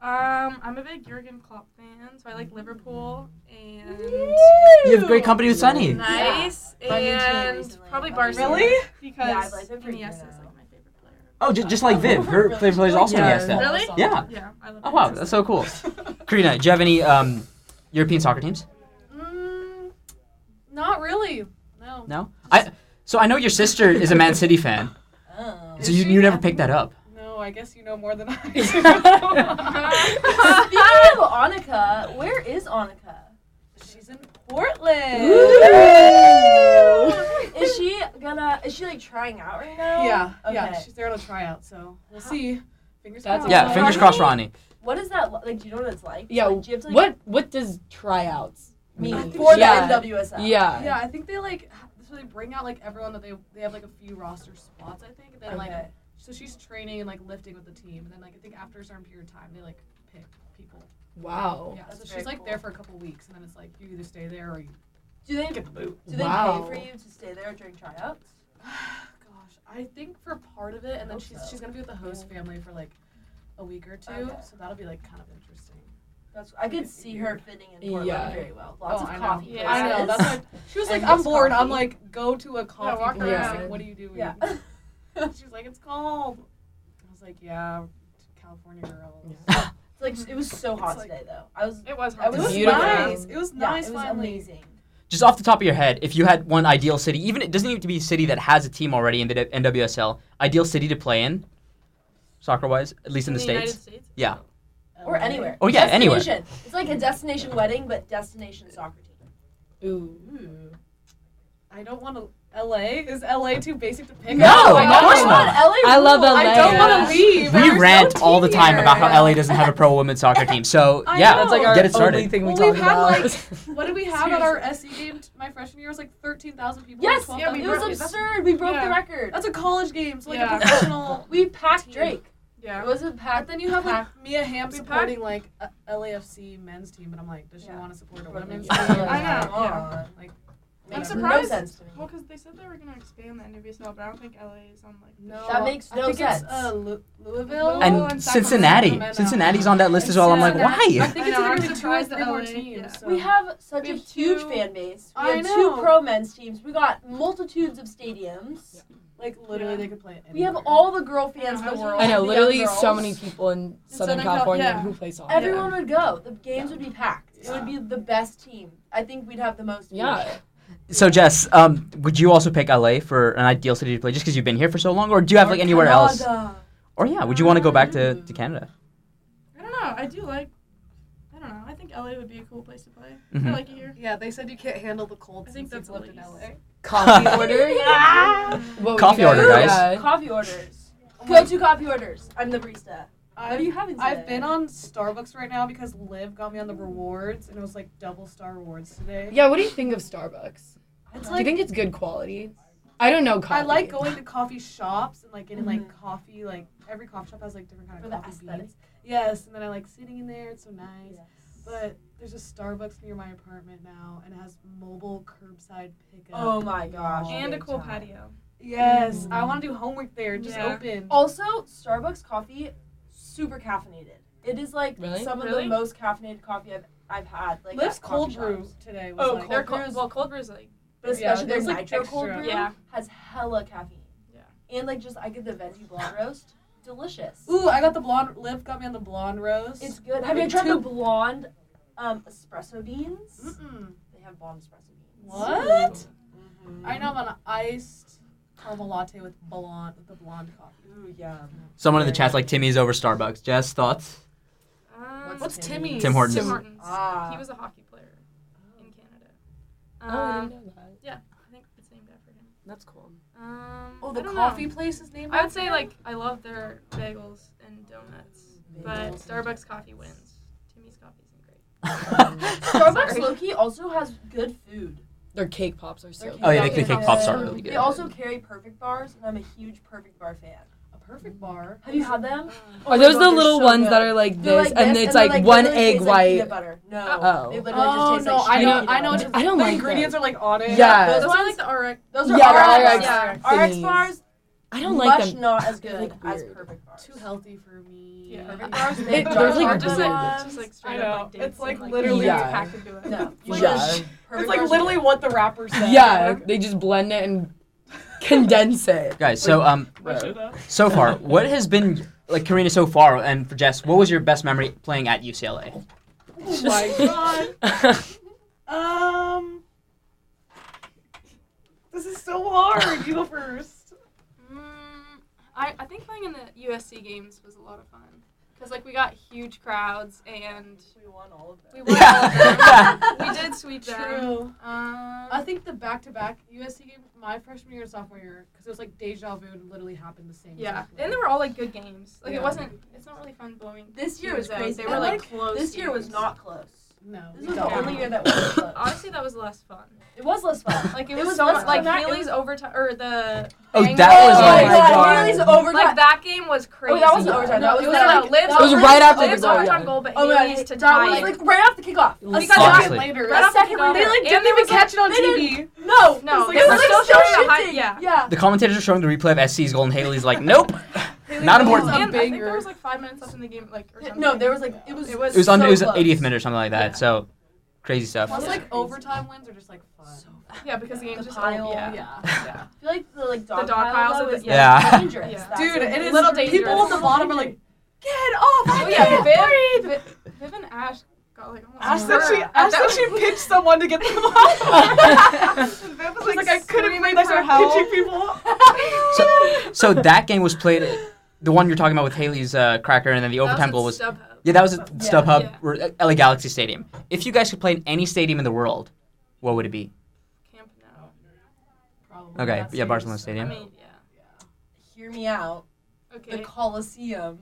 [SPEAKER 4] Um, I'm a big Jurgen Klopp fan, so I like Liverpool and
[SPEAKER 1] You have great company with Sunny.
[SPEAKER 4] nice
[SPEAKER 3] My new team
[SPEAKER 4] and
[SPEAKER 3] recently,
[SPEAKER 4] probably
[SPEAKER 3] but-
[SPEAKER 4] Barcelona.
[SPEAKER 3] Really?
[SPEAKER 4] Because
[SPEAKER 3] Yeah, I've liked it
[SPEAKER 4] Iniesta
[SPEAKER 3] for
[SPEAKER 4] is
[SPEAKER 3] years.
[SPEAKER 4] like my favorite player.
[SPEAKER 1] Oh, just, just like Viv, her
[SPEAKER 3] Really?
[SPEAKER 1] player is also
[SPEAKER 5] Yeah.
[SPEAKER 1] Iniesta.
[SPEAKER 4] Really?
[SPEAKER 1] Yeah.
[SPEAKER 4] Yeah, I love.
[SPEAKER 1] Oh wow,
[SPEAKER 4] Iniesta.
[SPEAKER 1] that's so cool. Karina, do you have any um, European soccer teams?
[SPEAKER 2] Mm, not really. No.
[SPEAKER 1] No. I so I know your sister is a Man City fan,
[SPEAKER 3] Oh.
[SPEAKER 1] so
[SPEAKER 2] Is
[SPEAKER 1] you,
[SPEAKER 2] she?
[SPEAKER 1] you never picked that up.
[SPEAKER 2] No, I guess you know more than I
[SPEAKER 3] Speaking of Annika, where is Annika?
[SPEAKER 2] do. She's in Portland.
[SPEAKER 3] Is she gonna? Is she like trying out right now?
[SPEAKER 2] Yeah,
[SPEAKER 3] Okay.
[SPEAKER 2] yeah. She's there on a tryout, so we'll see. Fingers
[SPEAKER 5] That's
[SPEAKER 2] crossed.
[SPEAKER 1] Yeah,
[SPEAKER 5] Oh,
[SPEAKER 1] fingers
[SPEAKER 3] Ronnie?
[SPEAKER 1] crossed, Ronnie.
[SPEAKER 3] What is that lo- like? Do you know what it's like?
[SPEAKER 5] Yeah,
[SPEAKER 3] Like, do you have to, like,
[SPEAKER 5] What what does tryouts mean?
[SPEAKER 3] for
[SPEAKER 5] yeah.
[SPEAKER 3] the NWSL?
[SPEAKER 5] yeah.
[SPEAKER 2] Yeah, I think they like so they bring out like everyone that they they have like a few roster spots. I think and then like
[SPEAKER 3] Okay.
[SPEAKER 2] so she's training and like lifting with the team, and then like I think after a certain period of time they like pick people.
[SPEAKER 5] Wow.
[SPEAKER 2] Yeah,
[SPEAKER 3] That's
[SPEAKER 2] so
[SPEAKER 3] very
[SPEAKER 2] she's like
[SPEAKER 3] cool.
[SPEAKER 2] there for a couple weeks, and then it's like you either stay there or you
[SPEAKER 3] Do they
[SPEAKER 2] get the boot.
[SPEAKER 3] do they
[SPEAKER 5] Wow.
[SPEAKER 3] pay for you to stay there during tryouts?
[SPEAKER 2] Gosh, I think for part of it, and then
[SPEAKER 3] Hope
[SPEAKER 2] she's
[SPEAKER 3] so.
[SPEAKER 2] she's gonna be with the host family for like a week or two,
[SPEAKER 3] Okay.
[SPEAKER 2] so that'll be like kind of interesting.
[SPEAKER 3] That's I could see her fitting in Portland
[SPEAKER 5] Yeah.
[SPEAKER 3] very well. Lots
[SPEAKER 2] Oh,
[SPEAKER 3] of
[SPEAKER 2] I know.
[SPEAKER 3] coffee.
[SPEAKER 4] Yeah.
[SPEAKER 2] I know.
[SPEAKER 3] places.
[SPEAKER 2] That's like she was
[SPEAKER 3] And
[SPEAKER 2] like, "I'm
[SPEAKER 3] it's
[SPEAKER 2] bored." I'm
[SPEAKER 3] coffee.
[SPEAKER 2] like, "Go to a coffee
[SPEAKER 4] walk
[SPEAKER 2] place."
[SPEAKER 5] around.
[SPEAKER 2] Like, what are you doing?
[SPEAKER 3] yeah.
[SPEAKER 2] She was like, "It's cold." I was like, "Yeah, California girls."
[SPEAKER 3] It's like it was so hot
[SPEAKER 2] It's like-
[SPEAKER 3] today though. I was
[SPEAKER 4] It was.
[SPEAKER 3] It was
[SPEAKER 5] beautiful.
[SPEAKER 2] nice. It was
[SPEAKER 3] yeah,
[SPEAKER 2] nice.
[SPEAKER 3] it was
[SPEAKER 2] finally.
[SPEAKER 3] amazing.
[SPEAKER 1] Just off the top of your head, if you had one ideal city, even it doesn't need to be a city that has a team already in the NWSL, ideal city to play in, soccer wise, at least in the,
[SPEAKER 4] United
[SPEAKER 1] states. Yeah.
[SPEAKER 3] Or anywhere.
[SPEAKER 1] Oh, yeah, anywhere.
[SPEAKER 3] Destination. It's like a destination wedding, but destination soccer team.
[SPEAKER 5] Ooh.
[SPEAKER 2] Ooh. I don't want to. LA is LA too basic to pick?
[SPEAKER 1] No,
[SPEAKER 3] Oh
[SPEAKER 2] up?
[SPEAKER 1] of course
[SPEAKER 3] I
[SPEAKER 1] not.
[SPEAKER 3] want LA
[SPEAKER 5] I love
[SPEAKER 3] rules.
[SPEAKER 5] LA.
[SPEAKER 2] I don't want
[SPEAKER 5] Yeah.
[SPEAKER 2] to leave.
[SPEAKER 1] We
[SPEAKER 2] There's no
[SPEAKER 1] rant all the
[SPEAKER 2] team
[SPEAKER 1] time about
[SPEAKER 2] here.
[SPEAKER 1] how LA doesn't have a pro women's soccer team. So
[SPEAKER 2] I
[SPEAKER 1] yeah,
[SPEAKER 2] know. That's like
[SPEAKER 1] get it started.
[SPEAKER 5] thing
[SPEAKER 2] we Well, we've talk had, What did we have at our SE game t- my freshman year? It was like 13,000 people. or
[SPEAKER 3] Yes,
[SPEAKER 2] 12,000
[SPEAKER 4] yeah, we
[SPEAKER 3] it
[SPEAKER 2] people.
[SPEAKER 3] was
[SPEAKER 4] broke it.
[SPEAKER 3] absurd. We broke the
[SPEAKER 4] Yeah.
[SPEAKER 3] record.
[SPEAKER 2] That's a college game, so like
[SPEAKER 4] Yeah.
[SPEAKER 2] a professional.
[SPEAKER 3] we packed
[SPEAKER 4] Team.
[SPEAKER 3] Drake.
[SPEAKER 4] Yeah.
[SPEAKER 3] It was a pack.
[SPEAKER 2] But then you have like Mia Hamm
[SPEAKER 4] We
[SPEAKER 2] supporting like a LAFC men's team, and I'm like, does she
[SPEAKER 3] Yeah.
[SPEAKER 2] want to support a women's
[SPEAKER 3] Yeah.
[SPEAKER 2] team?
[SPEAKER 4] I know.
[SPEAKER 3] Come on.
[SPEAKER 2] Like,
[SPEAKER 3] Makes
[SPEAKER 4] surprised.
[SPEAKER 3] No sense to me.
[SPEAKER 4] Well, because they said they were gonna expand the NWSL, but I don't think LA is on like. the-
[SPEAKER 2] no.
[SPEAKER 3] That makes
[SPEAKER 2] I
[SPEAKER 3] no
[SPEAKER 2] think
[SPEAKER 3] sense.
[SPEAKER 2] It's, uh, Lu- Louisville
[SPEAKER 1] And
[SPEAKER 4] Oh, and
[SPEAKER 1] Cincinnati,
[SPEAKER 2] Sacramento.
[SPEAKER 1] Cincinnati's on that list as well. I'm like,
[SPEAKER 2] Cincinnati. I
[SPEAKER 1] why?
[SPEAKER 2] think
[SPEAKER 4] I
[SPEAKER 2] it's
[SPEAKER 4] know,
[SPEAKER 2] like
[SPEAKER 4] I'm
[SPEAKER 2] really two or
[SPEAKER 4] surprised
[SPEAKER 2] three
[SPEAKER 4] that
[SPEAKER 2] more
[SPEAKER 4] LA
[SPEAKER 2] teams.
[SPEAKER 4] yeah.
[SPEAKER 2] so-
[SPEAKER 3] We have such
[SPEAKER 4] We
[SPEAKER 3] a
[SPEAKER 4] have
[SPEAKER 3] huge
[SPEAKER 4] two-
[SPEAKER 3] fan base. We
[SPEAKER 2] I
[SPEAKER 3] have
[SPEAKER 2] know.
[SPEAKER 3] two pro men's teams. We got multitudes of stadiums.
[SPEAKER 2] like literally
[SPEAKER 4] Yeah.
[SPEAKER 2] they could play. Anywhere.
[SPEAKER 3] We have all the girl fans
[SPEAKER 4] I know,
[SPEAKER 3] in the
[SPEAKER 4] I was
[SPEAKER 3] world.
[SPEAKER 4] really-
[SPEAKER 5] I know,
[SPEAKER 3] the young
[SPEAKER 5] literally so
[SPEAKER 3] girls.
[SPEAKER 5] many people in Southern,
[SPEAKER 4] Southern Cal-
[SPEAKER 5] California
[SPEAKER 4] yeah.
[SPEAKER 5] who play soccer.
[SPEAKER 3] Everyone would go. The games would be packed. It
[SPEAKER 2] Yeah.
[SPEAKER 3] would be the best team. I think we'd have the most.
[SPEAKER 5] Yeah.
[SPEAKER 3] people.
[SPEAKER 1] So Jess, um, would you also pick LA for an ideal city to play, just because you've been here for so long, or do you have like
[SPEAKER 3] Or
[SPEAKER 1] anywhere else?
[SPEAKER 3] Canada.
[SPEAKER 1] Or yeah, would you want to go back to, to
[SPEAKER 3] Mm.
[SPEAKER 1] Canada?
[SPEAKER 4] I don't know. I do like. I don't know. I think LA would be a cool place to play. I
[SPEAKER 1] Mhm.
[SPEAKER 4] like it here.
[SPEAKER 2] Yeah, they said you can't handle the cold.
[SPEAKER 4] I think that's
[SPEAKER 2] since you've lived in
[SPEAKER 4] Elise.
[SPEAKER 2] LA.
[SPEAKER 5] Coffee order. What would you
[SPEAKER 1] Coffee order, guys.
[SPEAKER 5] Yeah.
[SPEAKER 3] Coffee orders.
[SPEAKER 2] Oh
[SPEAKER 3] Go to coffee orders. I'm the barista. What are you
[SPEAKER 2] I've,
[SPEAKER 3] having today?
[SPEAKER 2] I've been on Starbucks right now because Liv got me on the rewards, and it was like double star rewards today.
[SPEAKER 5] Yeah, what do you think of Starbucks?
[SPEAKER 2] it's
[SPEAKER 5] Do you
[SPEAKER 2] like
[SPEAKER 5] think it's good quality? I don't know coffee.
[SPEAKER 2] I like going to coffee shops and like getting
[SPEAKER 3] Mhm.
[SPEAKER 2] like coffee. Like every coffee shop has like different kind
[SPEAKER 3] For
[SPEAKER 2] of
[SPEAKER 3] the
[SPEAKER 2] coffee
[SPEAKER 3] aesthetic.
[SPEAKER 2] beans. Yes, and then I like sitting in there. It's so nice.
[SPEAKER 3] But
[SPEAKER 2] But there's a Starbucks near my apartment now, and it has mobile curbside pickup.
[SPEAKER 3] oh my gosh. Mm-hmm.
[SPEAKER 4] And a
[SPEAKER 3] big
[SPEAKER 4] cool
[SPEAKER 3] time.
[SPEAKER 4] patio.
[SPEAKER 2] Yes, I want to do homework there. Just
[SPEAKER 4] Yeah.
[SPEAKER 2] open.
[SPEAKER 3] Also, Starbucks coffee, super caffeinated. It is like
[SPEAKER 5] Really?
[SPEAKER 3] some of
[SPEAKER 4] Really?
[SPEAKER 3] the most caffeinated coffee I've I've had. Like
[SPEAKER 2] Liv's
[SPEAKER 3] at coffee
[SPEAKER 2] cold brew
[SPEAKER 3] shops.
[SPEAKER 2] today was
[SPEAKER 3] Oh,
[SPEAKER 2] like
[SPEAKER 4] Their
[SPEAKER 3] cold
[SPEAKER 4] cold,
[SPEAKER 3] brews.
[SPEAKER 4] well, cold brews like.
[SPEAKER 3] but
[SPEAKER 2] Yeah,
[SPEAKER 3] especially
[SPEAKER 2] there's,
[SPEAKER 3] their
[SPEAKER 2] like,
[SPEAKER 3] nitro cold
[SPEAKER 2] extra.
[SPEAKER 3] brew
[SPEAKER 4] Yeah.
[SPEAKER 3] has hella caffeine.
[SPEAKER 4] Yeah.
[SPEAKER 3] And like just I get the venti blonde roast, delicious.
[SPEAKER 2] Ooh, I got the blonde. Liv got me on the blonde rose.
[SPEAKER 3] It's good. Have you
[SPEAKER 2] Like
[SPEAKER 3] tried the
[SPEAKER 2] two-
[SPEAKER 3] blonde um, espresso beans?
[SPEAKER 2] Mm-mm.
[SPEAKER 3] They have blonde espresso beans.
[SPEAKER 2] What? I know I'm on an iced caramel latte with blonde with the blonde coffee.
[SPEAKER 3] Ooh, yum.
[SPEAKER 1] Someone in the chat's like, Timmy's over Starbucks. Jess, thoughts?
[SPEAKER 4] Um, Um,
[SPEAKER 2] What's Timmy's?
[SPEAKER 1] Tim Hortons.
[SPEAKER 4] Tim
[SPEAKER 5] Tim-
[SPEAKER 4] Hortons.
[SPEAKER 3] Ah.
[SPEAKER 4] He was a hockey player in Canada.
[SPEAKER 5] Oh, I
[SPEAKER 4] Um,
[SPEAKER 5] didn't know that.
[SPEAKER 4] I think it's named after him.
[SPEAKER 5] That's cool.
[SPEAKER 4] Um,
[SPEAKER 2] Oh,
[SPEAKER 4] I
[SPEAKER 2] the
[SPEAKER 4] don't
[SPEAKER 2] coffee
[SPEAKER 4] Know.
[SPEAKER 2] place is named.
[SPEAKER 4] I would say
[SPEAKER 2] after
[SPEAKER 4] like
[SPEAKER 2] him?
[SPEAKER 4] I love their bagels and donuts, but Starbucks coffee wins. Timmy's coffee isn't great.
[SPEAKER 3] Starbucks
[SPEAKER 4] Sorry.
[SPEAKER 3] Loki also has good food.
[SPEAKER 5] Their cake pops are
[SPEAKER 3] Their
[SPEAKER 5] so.
[SPEAKER 1] Oh, yeah,
[SPEAKER 3] cake
[SPEAKER 1] the cake
[SPEAKER 3] pops
[SPEAKER 1] pops are really
[SPEAKER 3] They
[SPEAKER 1] good.
[SPEAKER 3] also carry perfect bars, and I'm a huge perfect bar fan.
[SPEAKER 2] a perfect bar.
[SPEAKER 3] Have you had them?
[SPEAKER 5] Are those the little ones that
[SPEAKER 3] like
[SPEAKER 5] are like
[SPEAKER 3] They're
[SPEAKER 5] this,
[SPEAKER 3] like
[SPEAKER 5] and
[SPEAKER 3] this,
[SPEAKER 5] it's
[SPEAKER 3] they're,
[SPEAKER 5] like, one
[SPEAKER 3] literally
[SPEAKER 5] egg
[SPEAKER 3] tastes like
[SPEAKER 5] white?
[SPEAKER 3] peanut butter. No,
[SPEAKER 5] Uh-oh.
[SPEAKER 3] they literally
[SPEAKER 2] Oh
[SPEAKER 3] just taste
[SPEAKER 2] no,
[SPEAKER 3] like
[SPEAKER 2] I
[SPEAKER 3] shitty
[SPEAKER 2] know,
[SPEAKER 3] peanut
[SPEAKER 2] I know.
[SPEAKER 3] butter.
[SPEAKER 2] it's-
[SPEAKER 5] I don't
[SPEAKER 2] the
[SPEAKER 5] like
[SPEAKER 2] ingredients
[SPEAKER 5] that.
[SPEAKER 2] are like on it.
[SPEAKER 5] Yeah.
[SPEAKER 4] Those
[SPEAKER 3] Those
[SPEAKER 4] are
[SPEAKER 3] ones-
[SPEAKER 4] like the RX.
[SPEAKER 3] Those are
[SPEAKER 5] Yeah,
[SPEAKER 3] RX.
[SPEAKER 4] RX
[SPEAKER 3] RX
[SPEAKER 5] thingies.
[SPEAKER 3] bars.
[SPEAKER 5] I don't like
[SPEAKER 3] much
[SPEAKER 5] them.
[SPEAKER 3] not as
[SPEAKER 5] They're,
[SPEAKER 3] good
[SPEAKER 5] like,
[SPEAKER 3] as
[SPEAKER 5] weird.
[SPEAKER 3] perfect bars.
[SPEAKER 2] Too healthy for me.
[SPEAKER 4] Yeah.
[SPEAKER 3] Perfect bars.
[SPEAKER 5] They-
[SPEAKER 3] They
[SPEAKER 5] they're
[SPEAKER 3] dark
[SPEAKER 5] like
[SPEAKER 4] Or
[SPEAKER 3] chocolate
[SPEAKER 4] just
[SPEAKER 5] ones.
[SPEAKER 4] like just like
[SPEAKER 2] I
[SPEAKER 4] straight up
[SPEAKER 2] know.
[SPEAKER 4] like dates
[SPEAKER 2] It's like
[SPEAKER 4] and, like
[SPEAKER 2] literally
[SPEAKER 5] Yeah.
[SPEAKER 2] just packed into it.
[SPEAKER 3] No,
[SPEAKER 2] It's like,
[SPEAKER 5] Yeah.
[SPEAKER 2] it's
[SPEAKER 3] Perfect
[SPEAKER 2] like
[SPEAKER 3] bars are
[SPEAKER 2] literally
[SPEAKER 3] good.
[SPEAKER 2] what the rapper said.
[SPEAKER 5] Yeah, they just blend it and condense it.
[SPEAKER 1] Guys, so um,
[SPEAKER 2] I should've.
[SPEAKER 1] so far, what has been like Karina so far, and for Jess, what was your best memory playing at UCLA?
[SPEAKER 2] Oh my god. Um, this is so hard. You go first.
[SPEAKER 4] Mm, I, I think playing in the USC games was a lot of fun because like we got huge crowds and
[SPEAKER 2] We won all of
[SPEAKER 4] we
[SPEAKER 2] them.
[SPEAKER 4] won all of them. we did sweep them.
[SPEAKER 2] True.
[SPEAKER 4] Um,
[SPEAKER 2] I think the back-to-back USC game, my freshman year and sophomore year, because it was like deja vu and literally happened the same.
[SPEAKER 4] yeah,
[SPEAKER 2] exact way.
[SPEAKER 4] and they were all like good games. Like
[SPEAKER 2] Yeah.
[SPEAKER 4] it wasn't. It's not really fun blowing.
[SPEAKER 3] This year was
[SPEAKER 4] teams out.
[SPEAKER 3] crazy.
[SPEAKER 4] uh, They were
[SPEAKER 3] And,
[SPEAKER 4] like close.
[SPEAKER 3] This year was
[SPEAKER 4] games.
[SPEAKER 3] not close.
[SPEAKER 2] no.
[SPEAKER 3] This
[SPEAKER 2] we
[SPEAKER 3] was the
[SPEAKER 2] don't.
[SPEAKER 3] only year that was close.
[SPEAKER 4] Honestly, that was less fun.
[SPEAKER 3] It was less fun.
[SPEAKER 4] Like it
[SPEAKER 3] It
[SPEAKER 4] was,
[SPEAKER 3] was
[SPEAKER 4] so
[SPEAKER 3] less
[SPEAKER 4] much.
[SPEAKER 3] fun.
[SPEAKER 4] Like
[SPEAKER 3] Not- it
[SPEAKER 4] Haley's overtime or the.
[SPEAKER 1] Oh,
[SPEAKER 4] Bang-
[SPEAKER 1] that was
[SPEAKER 5] Oh
[SPEAKER 1] like
[SPEAKER 5] my God.
[SPEAKER 3] Haley's overtime.
[SPEAKER 4] Like that game was
[SPEAKER 2] Oh,
[SPEAKER 4] crazy.
[SPEAKER 3] that wasn't overtime. That
[SPEAKER 4] No,
[SPEAKER 3] was
[SPEAKER 4] no,
[SPEAKER 3] like-
[SPEAKER 4] no, Liv's
[SPEAKER 3] that was
[SPEAKER 4] overtime-
[SPEAKER 5] right after the
[SPEAKER 4] Liv's
[SPEAKER 5] goal,
[SPEAKER 4] overtime
[SPEAKER 5] yeah.
[SPEAKER 4] goal, but
[SPEAKER 3] oh my
[SPEAKER 4] Haley's
[SPEAKER 3] god,
[SPEAKER 4] to
[SPEAKER 3] that
[SPEAKER 4] tie.
[SPEAKER 3] was
[SPEAKER 4] it.
[SPEAKER 3] like right off the kickoff.
[SPEAKER 4] We got
[SPEAKER 1] Honestly.
[SPEAKER 4] it later.
[SPEAKER 2] Later.
[SPEAKER 4] Right off the kickoff.
[SPEAKER 3] Second one, they, like,
[SPEAKER 4] And
[SPEAKER 3] didn't
[SPEAKER 4] they
[SPEAKER 3] even
[SPEAKER 4] was, like,
[SPEAKER 3] catch it on
[SPEAKER 4] they didn't-
[SPEAKER 3] TV. No,
[SPEAKER 4] No, they were
[SPEAKER 3] it
[SPEAKER 2] It's like
[SPEAKER 3] was
[SPEAKER 4] still
[SPEAKER 3] like
[SPEAKER 4] showing
[SPEAKER 3] still
[SPEAKER 4] a high.
[SPEAKER 3] shooting.
[SPEAKER 4] Yeah.
[SPEAKER 3] yeah.
[SPEAKER 1] the commentators are showing the replay of SC's goal, and Haley's like, nope. Not
[SPEAKER 2] Haley's
[SPEAKER 1] important.
[SPEAKER 4] And
[SPEAKER 2] was a
[SPEAKER 4] I think
[SPEAKER 2] banger.
[SPEAKER 4] there was like five minutes left in the game, like or something.
[SPEAKER 3] No, there was like it was.
[SPEAKER 4] It was
[SPEAKER 1] It was on.
[SPEAKER 3] so
[SPEAKER 1] it was
[SPEAKER 3] close.
[SPEAKER 1] 80th minute or something like that.
[SPEAKER 4] Yeah.
[SPEAKER 1] So crazy stuff.
[SPEAKER 2] Plus,
[SPEAKER 3] Yeah.
[SPEAKER 2] like overtime wins are just like fun.
[SPEAKER 3] So
[SPEAKER 4] yeah because the game
[SPEAKER 3] The
[SPEAKER 4] was just
[SPEAKER 3] pile,
[SPEAKER 4] yeah.
[SPEAKER 2] yeah.
[SPEAKER 4] yeah.
[SPEAKER 3] I feel like the like dog,
[SPEAKER 4] dog
[SPEAKER 3] pile
[SPEAKER 4] piles
[SPEAKER 3] though
[SPEAKER 4] of the-
[SPEAKER 3] is,
[SPEAKER 1] yeah.
[SPEAKER 3] like,
[SPEAKER 1] Yeah.
[SPEAKER 3] dangerous. That's
[SPEAKER 2] Dude,
[SPEAKER 3] what-
[SPEAKER 2] it is.
[SPEAKER 4] little
[SPEAKER 2] people at
[SPEAKER 4] dangerous.
[SPEAKER 2] the bottom are like, get off! I
[SPEAKER 4] Oh
[SPEAKER 2] can't
[SPEAKER 4] yeah,
[SPEAKER 2] breathe.
[SPEAKER 4] Viv, Viv, Viv and Ash got like almost
[SPEAKER 2] Ash said
[SPEAKER 4] hurt
[SPEAKER 2] she,
[SPEAKER 4] at
[SPEAKER 2] Ash
[SPEAKER 4] that
[SPEAKER 2] said she pitched someone to get them off. And Viv was like, I couldn't believe they
[SPEAKER 4] for
[SPEAKER 2] were
[SPEAKER 4] help.
[SPEAKER 2] pitching people.
[SPEAKER 1] So, so that game was played. The one you're talking about with Haley's uh, cracker, and then the
[SPEAKER 4] That
[SPEAKER 1] overtime goal
[SPEAKER 4] at
[SPEAKER 1] was.
[SPEAKER 4] StubHub.
[SPEAKER 1] Yeah, that was at
[SPEAKER 3] Yeah.
[SPEAKER 1] StubHub
[SPEAKER 4] Yeah.
[SPEAKER 1] or uh, LA Galaxy Stadium. If you guys could play in any stadium in the world, what would it be?
[SPEAKER 4] Camp Nou.
[SPEAKER 2] Probably
[SPEAKER 1] Okay,
[SPEAKER 2] not
[SPEAKER 1] yeah, Barcelona
[SPEAKER 4] I
[SPEAKER 1] Stadium.
[SPEAKER 4] mean, yeah.
[SPEAKER 3] Hear me out. The
[SPEAKER 4] Okay.
[SPEAKER 3] Colosseum,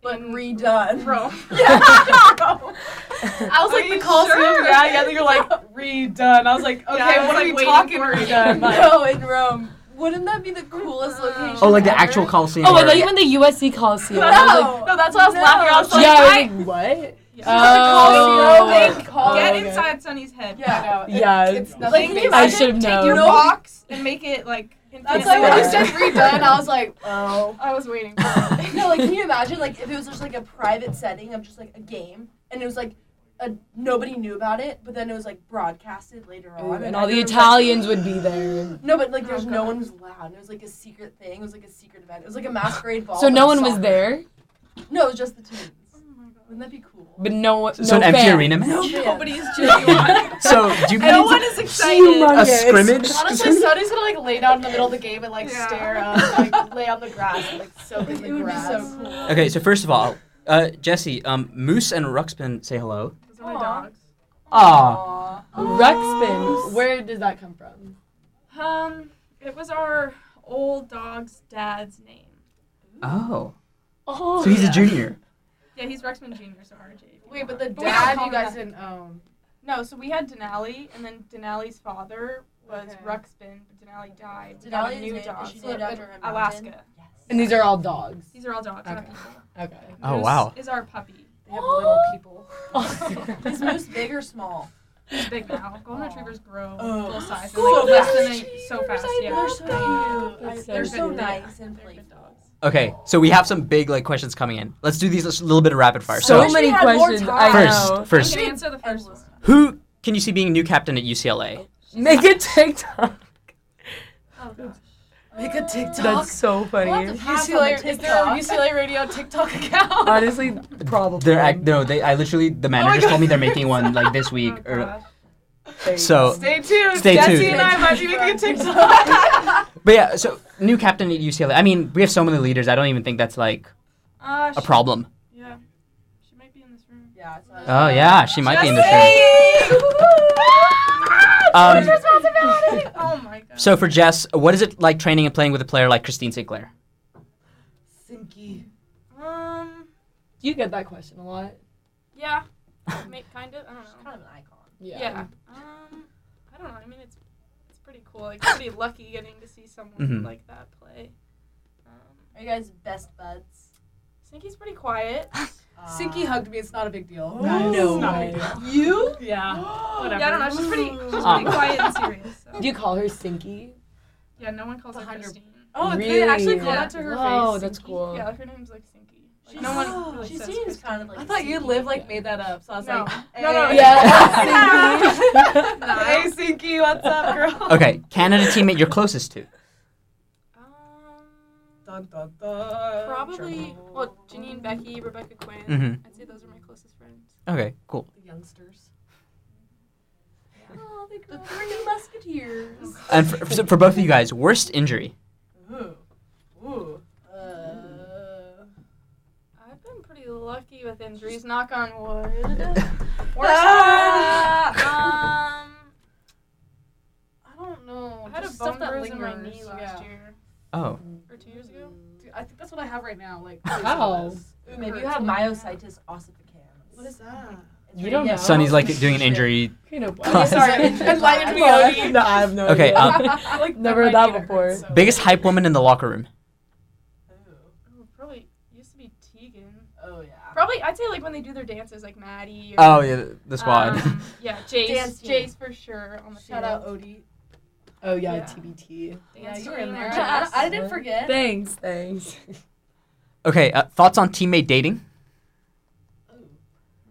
[SPEAKER 3] but
[SPEAKER 4] In
[SPEAKER 3] redone.
[SPEAKER 4] Rome.
[SPEAKER 3] Yeah.
[SPEAKER 2] I was
[SPEAKER 4] Are
[SPEAKER 2] like, the
[SPEAKER 4] you
[SPEAKER 2] Colosseum,
[SPEAKER 4] sure?
[SPEAKER 2] yeah, yeah. Then you're like, redone. I was like, okay,
[SPEAKER 4] I was,
[SPEAKER 2] what
[SPEAKER 4] like,
[SPEAKER 2] are we
[SPEAKER 4] waiting
[SPEAKER 2] talking
[SPEAKER 4] for it.
[SPEAKER 2] redone? Like,
[SPEAKER 3] no, in Rome. Wouldn't that be the coolest
[SPEAKER 4] Wow.
[SPEAKER 3] location?
[SPEAKER 1] Oh, like the
[SPEAKER 3] ever?
[SPEAKER 1] actual Coliseum.
[SPEAKER 5] Oh, I
[SPEAKER 1] where-
[SPEAKER 5] thought you meant the USC Coliseum.
[SPEAKER 3] No,
[SPEAKER 5] I was like-
[SPEAKER 2] no, that's why I was laughing. I was
[SPEAKER 3] No.
[SPEAKER 2] like,
[SPEAKER 5] yeah,
[SPEAKER 2] I
[SPEAKER 5] I was like, what?
[SPEAKER 3] Coliseum,
[SPEAKER 5] Oh.
[SPEAKER 3] like,
[SPEAKER 4] Get
[SPEAKER 5] Oh, okay.
[SPEAKER 4] inside Sonny's head.
[SPEAKER 3] Yeah.
[SPEAKER 2] know, it-
[SPEAKER 5] Yeah.
[SPEAKER 2] It's nothing.
[SPEAKER 3] Like, can you
[SPEAKER 2] big.
[SPEAKER 5] I
[SPEAKER 3] imagine?
[SPEAKER 5] should have known.
[SPEAKER 4] Your
[SPEAKER 3] No.
[SPEAKER 4] box and make it like.
[SPEAKER 3] That's
[SPEAKER 4] That's
[SPEAKER 3] like when you
[SPEAKER 5] Yeah.
[SPEAKER 3] said redone. I was like, oh.
[SPEAKER 4] I was waiting. For it.
[SPEAKER 3] No, like can you imagine like if it was just like a private setting of just like a game and it was like a, nobody knew about it, but then it was like broadcasted later on.
[SPEAKER 5] and all
[SPEAKER 3] everyone
[SPEAKER 5] the
[SPEAKER 3] was, like-
[SPEAKER 5] Italians would be there.
[SPEAKER 3] No, but like there's
[SPEAKER 4] Oh,
[SPEAKER 3] no
[SPEAKER 4] God.
[SPEAKER 3] one was loud. and It was like a secret thing. It was like a secret event. It was like a masquerade ball.
[SPEAKER 5] So
[SPEAKER 3] but
[SPEAKER 5] no one
[SPEAKER 3] soccer.
[SPEAKER 5] was there,
[SPEAKER 3] No, it was just the teams.
[SPEAKER 4] Oh my god.
[SPEAKER 3] Wouldn't that be cool?
[SPEAKER 5] but no one.
[SPEAKER 1] So
[SPEAKER 5] no
[SPEAKER 1] an empty
[SPEAKER 5] fan.
[SPEAKER 1] arena match.
[SPEAKER 3] Yeah.
[SPEAKER 4] Nobody is cheering you on.
[SPEAKER 1] So do you
[SPEAKER 5] And
[SPEAKER 4] No
[SPEAKER 1] mean
[SPEAKER 5] it's
[SPEAKER 4] one is
[SPEAKER 5] humongous.
[SPEAKER 4] excited.
[SPEAKER 1] a
[SPEAKER 5] Yes.
[SPEAKER 1] scrimmage?
[SPEAKER 2] Honestly, Sonny's gonna like lay down in the middle of the game and like
[SPEAKER 4] Yeah.
[SPEAKER 2] stare up, like lay on the grass and like soak in
[SPEAKER 3] It
[SPEAKER 2] the
[SPEAKER 3] would be
[SPEAKER 2] grass.
[SPEAKER 3] so cool.
[SPEAKER 1] Okay, so first of all, uh, Jesse, um, Moose and Ruxpin say hello.
[SPEAKER 4] Those are my dogs.
[SPEAKER 1] Ah,
[SPEAKER 3] Aw.
[SPEAKER 5] Ruxpin. Where does that come from?
[SPEAKER 4] Um, it was our old dog's dad's name.
[SPEAKER 1] oh,
[SPEAKER 5] Oh.
[SPEAKER 1] so he's a junior.
[SPEAKER 4] Yeah, he's Rexman Jr. So RJ. if you
[SPEAKER 2] Wait,
[SPEAKER 4] want.
[SPEAKER 2] but the
[SPEAKER 4] we don't
[SPEAKER 2] dad
[SPEAKER 4] call
[SPEAKER 2] you
[SPEAKER 4] him
[SPEAKER 2] guys um,
[SPEAKER 4] that.
[SPEAKER 2] didn't own.
[SPEAKER 4] No, so we had Denali, and then Denali's father was
[SPEAKER 2] Okay.
[SPEAKER 4] Ruxpin, but Denali died. We got a
[SPEAKER 3] Denali is
[SPEAKER 4] new
[SPEAKER 3] named-
[SPEAKER 4] dog.
[SPEAKER 3] is she uh,
[SPEAKER 4] so
[SPEAKER 3] named
[SPEAKER 4] we're-
[SPEAKER 3] after her mountain?
[SPEAKER 4] Alaska.
[SPEAKER 5] And these are all dogs.
[SPEAKER 4] These are all dogs. not
[SPEAKER 5] Okay.
[SPEAKER 4] people.
[SPEAKER 5] Okay.
[SPEAKER 1] Oh,
[SPEAKER 4] Moose
[SPEAKER 1] wow.
[SPEAKER 4] Is our puppy.
[SPEAKER 2] They have little people.
[SPEAKER 3] Is Moose big or small?
[SPEAKER 4] He's big now. Golden retrievers grow
[SPEAKER 3] Oh.
[SPEAKER 4] full size.
[SPEAKER 3] So
[SPEAKER 4] like, less than
[SPEAKER 3] fast.
[SPEAKER 4] a- so fast.
[SPEAKER 3] I
[SPEAKER 4] yeah.
[SPEAKER 3] love They're so that. cute.
[SPEAKER 4] I-
[SPEAKER 5] That's so
[SPEAKER 4] they're
[SPEAKER 3] They're so
[SPEAKER 4] good.
[SPEAKER 3] nice and
[SPEAKER 4] They're good
[SPEAKER 3] playful.
[SPEAKER 4] dogs.
[SPEAKER 1] Okay, so we have some big like questions coming in. Let's do these a little bit of rapid fire.
[SPEAKER 3] I
[SPEAKER 5] So
[SPEAKER 3] wish we
[SPEAKER 5] many
[SPEAKER 3] had more
[SPEAKER 5] questions. I
[SPEAKER 3] time.
[SPEAKER 5] know.
[SPEAKER 1] First, first,
[SPEAKER 4] Okay, answer the first one.
[SPEAKER 1] who can you see being new captain at UCLA?
[SPEAKER 5] Make a TikTok.
[SPEAKER 4] Oh gosh.
[SPEAKER 2] Make a TikTok.
[SPEAKER 5] That's so funny.
[SPEAKER 2] UCLA, is there a UCLA radio TikTok account?
[SPEAKER 5] Honestly, probably.
[SPEAKER 1] They're act- no, they. I literally the managers
[SPEAKER 2] God.
[SPEAKER 1] told me they're making one like this week.
[SPEAKER 4] Oh,
[SPEAKER 1] Or,
[SPEAKER 4] gosh.
[SPEAKER 1] so,
[SPEAKER 2] Stay tuned.
[SPEAKER 1] Stay
[SPEAKER 2] Jesse
[SPEAKER 1] tuned.
[SPEAKER 2] and I might be making a TikTok.
[SPEAKER 1] but yeah, so new captain at UCLA. I mean, we have so many leaders. I don't even think that's like
[SPEAKER 4] Uh,
[SPEAKER 1] a
[SPEAKER 4] she-
[SPEAKER 1] problem.
[SPEAKER 4] Yeah. She might be in this room.
[SPEAKER 3] Yeah. So
[SPEAKER 1] Oh yeah, she might be in the show.
[SPEAKER 3] show.
[SPEAKER 1] Um,
[SPEAKER 4] Oh my god.
[SPEAKER 1] so for Jess, what is it like training and playing with a player like Christine Sinclair?
[SPEAKER 3] Sinky.
[SPEAKER 4] um,
[SPEAKER 6] Do you get that question a lot?
[SPEAKER 4] yeah, Make, kind of. I don't know.
[SPEAKER 3] Kind of an icon.
[SPEAKER 4] Yeah. Um, I don't know. I mean, it's it's pretty cool. Like pretty lucky getting to see someone
[SPEAKER 1] Mhm.
[SPEAKER 4] like that play. Um,
[SPEAKER 3] Are you guys best buds?
[SPEAKER 4] Sinky's pretty quiet.
[SPEAKER 2] Sinky hugged me. It's not a big deal.
[SPEAKER 3] That is
[SPEAKER 2] It's
[SPEAKER 3] No
[SPEAKER 2] not a
[SPEAKER 6] way.
[SPEAKER 2] big deal.
[SPEAKER 3] You?
[SPEAKER 2] Yeah.
[SPEAKER 4] Yeah,
[SPEAKER 2] Whatever.
[SPEAKER 4] I don't know. She's pretty. She's
[SPEAKER 1] Um.
[SPEAKER 4] pretty quiet and serious. So.
[SPEAKER 6] Do Ah. you call her Sinky?
[SPEAKER 4] Yeah, no one calls her
[SPEAKER 2] Behind her-
[SPEAKER 4] Christine.
[SPEAKER 2] Oh, they actually
[SPEAKER 6] Really?
[SPEAKER 2] called that to her
[SPEAKER 6] Wow,
[SPEAKER 2] face.
[SPEAKER 6] that's
[SPEAKER 2] Sinky.
[SPEAKER 6] cool.
[SPEAKER 4] Yeah, like her name's like Sinky. Like,
[SPEAKER 3] She's-
[SPEAKER 4] no one really
[SPEAKER 3] she
[SPEAKER 4] says
[SPEAKER 3] seems
[SPEAKER 4] Christine.
[SPEAKER 3] kind of like.
[SPEAKER 2] I thought you
[SPEAKER 3] Sinky.
[SPEAKER 2] live like made that up, so I was
[SPEAKER 4] No.
[SPEAKER 2] like,
[SPEAKER 4] No, no,
[SPEAKER 2] "Hey."
[SPEAKER 6] yeah.
[SPEAKER 4] Nah.
[SPEAKER 2] Hey, Sinky, what's up, girl?
[SPEAKER 1] Okay, Canada teammate you're closest to.
[SPEAKER 4] Um,
[SPEAKER 2] Dun, dun, dun.
[SPEAKER 4] Probably,
[SPEAKER 2] Trouble.
[SPEAKER 4] well, Janine, Becky, Rebecca Quinn.
[SPEAKER 1] Mhm.
[SPEAKER 4] I'd say those are my closest friends.
[SPEAKER 1] Okay, cool.
[SPEAKER 2] The youngsters.
[SPEAKER 3] Oh, the girl. The three musketeers.
[SPEAKER 1] And for, for, for both of you guys, worst injury.
[SPEAKER 2] Ooh. Ooh.
[SPEAKER 3] Uh,
[SPEAKER 4] I've been pretty lucky with injuries, knock on wood. Worst
[SPEAKER 2] Ah!
[SPEAKER 4] one, Um, I don't know.
[SPEAKER 2] I had
[SPEAKER 4] just
[SPEAKER 2] a
[SPEAKER 4] stuff
[SPEAKER 2] bone
[SPEAKER 4] that
[SPEAKER 2] bruise
[SPEAKER 4] in my Mm.
[SPEAKER 2] lingers,
[SPEAKER 4] knee last
[SPEAKER 2] yeah.
[SPEAKER 4] year.
[SPEAKER 1] Oh,
[SPEAKER 4] Or two years ago?
[SPEAKER 2] Dude, I think that's what I have right now. Like,
[SPEAKER 6] Wow.
[SPEAKER 3] ooh, maybe you have myositis ossificans.
[SPEAKER 2] What is that?
[SPEAKER 3] It's
[SPEAKER 6] You
[SPEAKER 3] right
[SPEAKER 6] don't
[SPEAKER 3] down.
[SPEAKER 6] know.
[SPEAKER 1] Sonny's like doing an injury.
[SPEAKER 6] You know,
[SPEAKER 1] Okay,
[SPEAKER 2] Oh, sorry. Enlighten me, Odie.
[SPEAKER 6] No, I have no
[SPEAKER 1] Okay,
[SPEAKER 6] idea.
[SPEAKER 1] um,
[SPEAKER 2] I like
[SPEAKER 6] Never
[SPEAKER 2] my
[SPEAKER 6] that
[SPEAKER 2] feet hurt,
[SPEAKER 6] before.
[SPEAKER 2] so-
[SPEAKER 1] Biggest hype woman in the locker room.
[SPEAKER 4] Oh, probably used to be Tegan.
[SPEAKER 3] Oh yeah.
[SPEAKER 4] Probably, I'd say like when they do their dances, like Maddie. Or,
[SPEAKER 1] Oh yeah, the squad.
[SPEAKER 4] Um, yeah, Jace.
[SPEAKER 3] Dance team.
[SPEAKER 4] Jace for sure on the
[SPEAKER 2] Shout
[SPEAKER 4] field.
[SPEAKER 2] out Odie.
[SPEAKER 6] Oh yeah,
[SPEAKER 4] Yeah.
[SPEAKER 6] TBT.
[SPEAKER 4] Dance
[SPEAKER 2] Yeah, you were in
[SPEAKER 4] team
[SPEAKER 2] there.
[SPEAKER 4] or
[SPEAKER 3] I,
[SPEAKER 4] Jace.
[SPEAKER 3] I didn't forget.
[SPEAKER 6] Thanks, thanks.
[SPEAKER 1] Okay, uh, thoughts on teammate dating?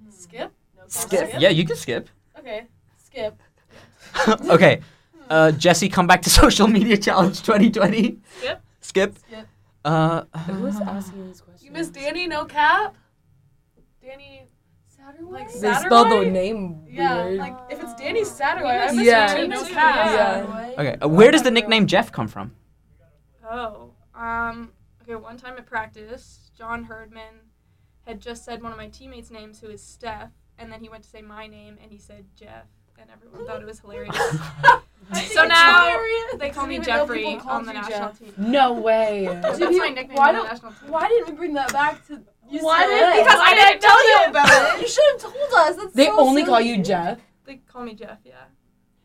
[SPEAKER 2] Skip?
[SPEAKER 3] No
[SPEAKER 2] Skip.
[SPEAKER 3] comment.
[SPEAKER 1] Yeah, you can skip.
[SPEAKER 2] Okay. Skip.
[SPEAKER 1] okay, uh, Jesse, come back to social media challenge 2020.
[SPEAKER 4] Skip.
[SPEAKER 1] Skip.
[SPEAKER 2] Skip.
[SPEAKER 1] Uh,
[SPEAKER 6] Who's asking these questions?
[SPEAKER 2] You miss Danny, no cap? Danny
[SPEAKER 3] Saturday.
[SPEAKER 2] Like,
[SPEAKER 6] They spelled the
[SPEAKER 2] Saturday?
[SPEAKER 6] name
[SPEAKER 2] Yeah,
[SPEAKER 6] weird.
[SPEAKER 2] like if it's Danny Satterwhite, I
[SPEAKER 4] Yeah,
[SPEAKER 2] miss
[SPEAKER 6] yeah.
[SPEAKER 2] her. No
[SPEAKER 4] Yeah.
[SPEAKER 2] cap.
[SPEAKER 3] Saturday.
[SPEAKER 1] okay, uh, where does the nickname Jeff come from?
[SPEAKER 4] Oh, um, okay. One time at practice, John Herdman had just said one of my teammates' names, who is Steph, and then he went to say my name, and he said Jeff, and everyone thought it was hilarious. so now they call me
[SPEAKER 2] Didn't even know
[SPEAKER 4] Jeffrey
[SPEAKER 2] people called
[SPEAKER 4] on the
[SPEAKER 2] you
[SPEAKER 4] national
[SPEAKER 2] Jeff.
[SPEAKER 4] team.
[SPEAKER 6] No way.
[SPEAKER 4] That's
[SPEAKER 3] Did you-
[SPEAKER 4] my nickname
[SPEAKER 3] why
[SPEAKER 4] on the
[SPEAKER 3] don't-
[SPEAKER 4] national team.
[SPEAKER 3] Why didn't we bring that back to you?
[SPEAKER 2] Why
[SPEAKER 3] said
[SPEAKER 2] didn't-
[SPEAKER 3] it.
[SPEAKER 4] because I didn't tell you
[SPEAKER 3] about it. You should have told us. That's
[SPEAKER 6] They
[SPEAKER 3] so
[SPEAKER 6] only call
[SPEAKER 3] silly.
[SPEAKER 6] you Jeff.
[SPEAKER 4] They call me Jeff, yeah.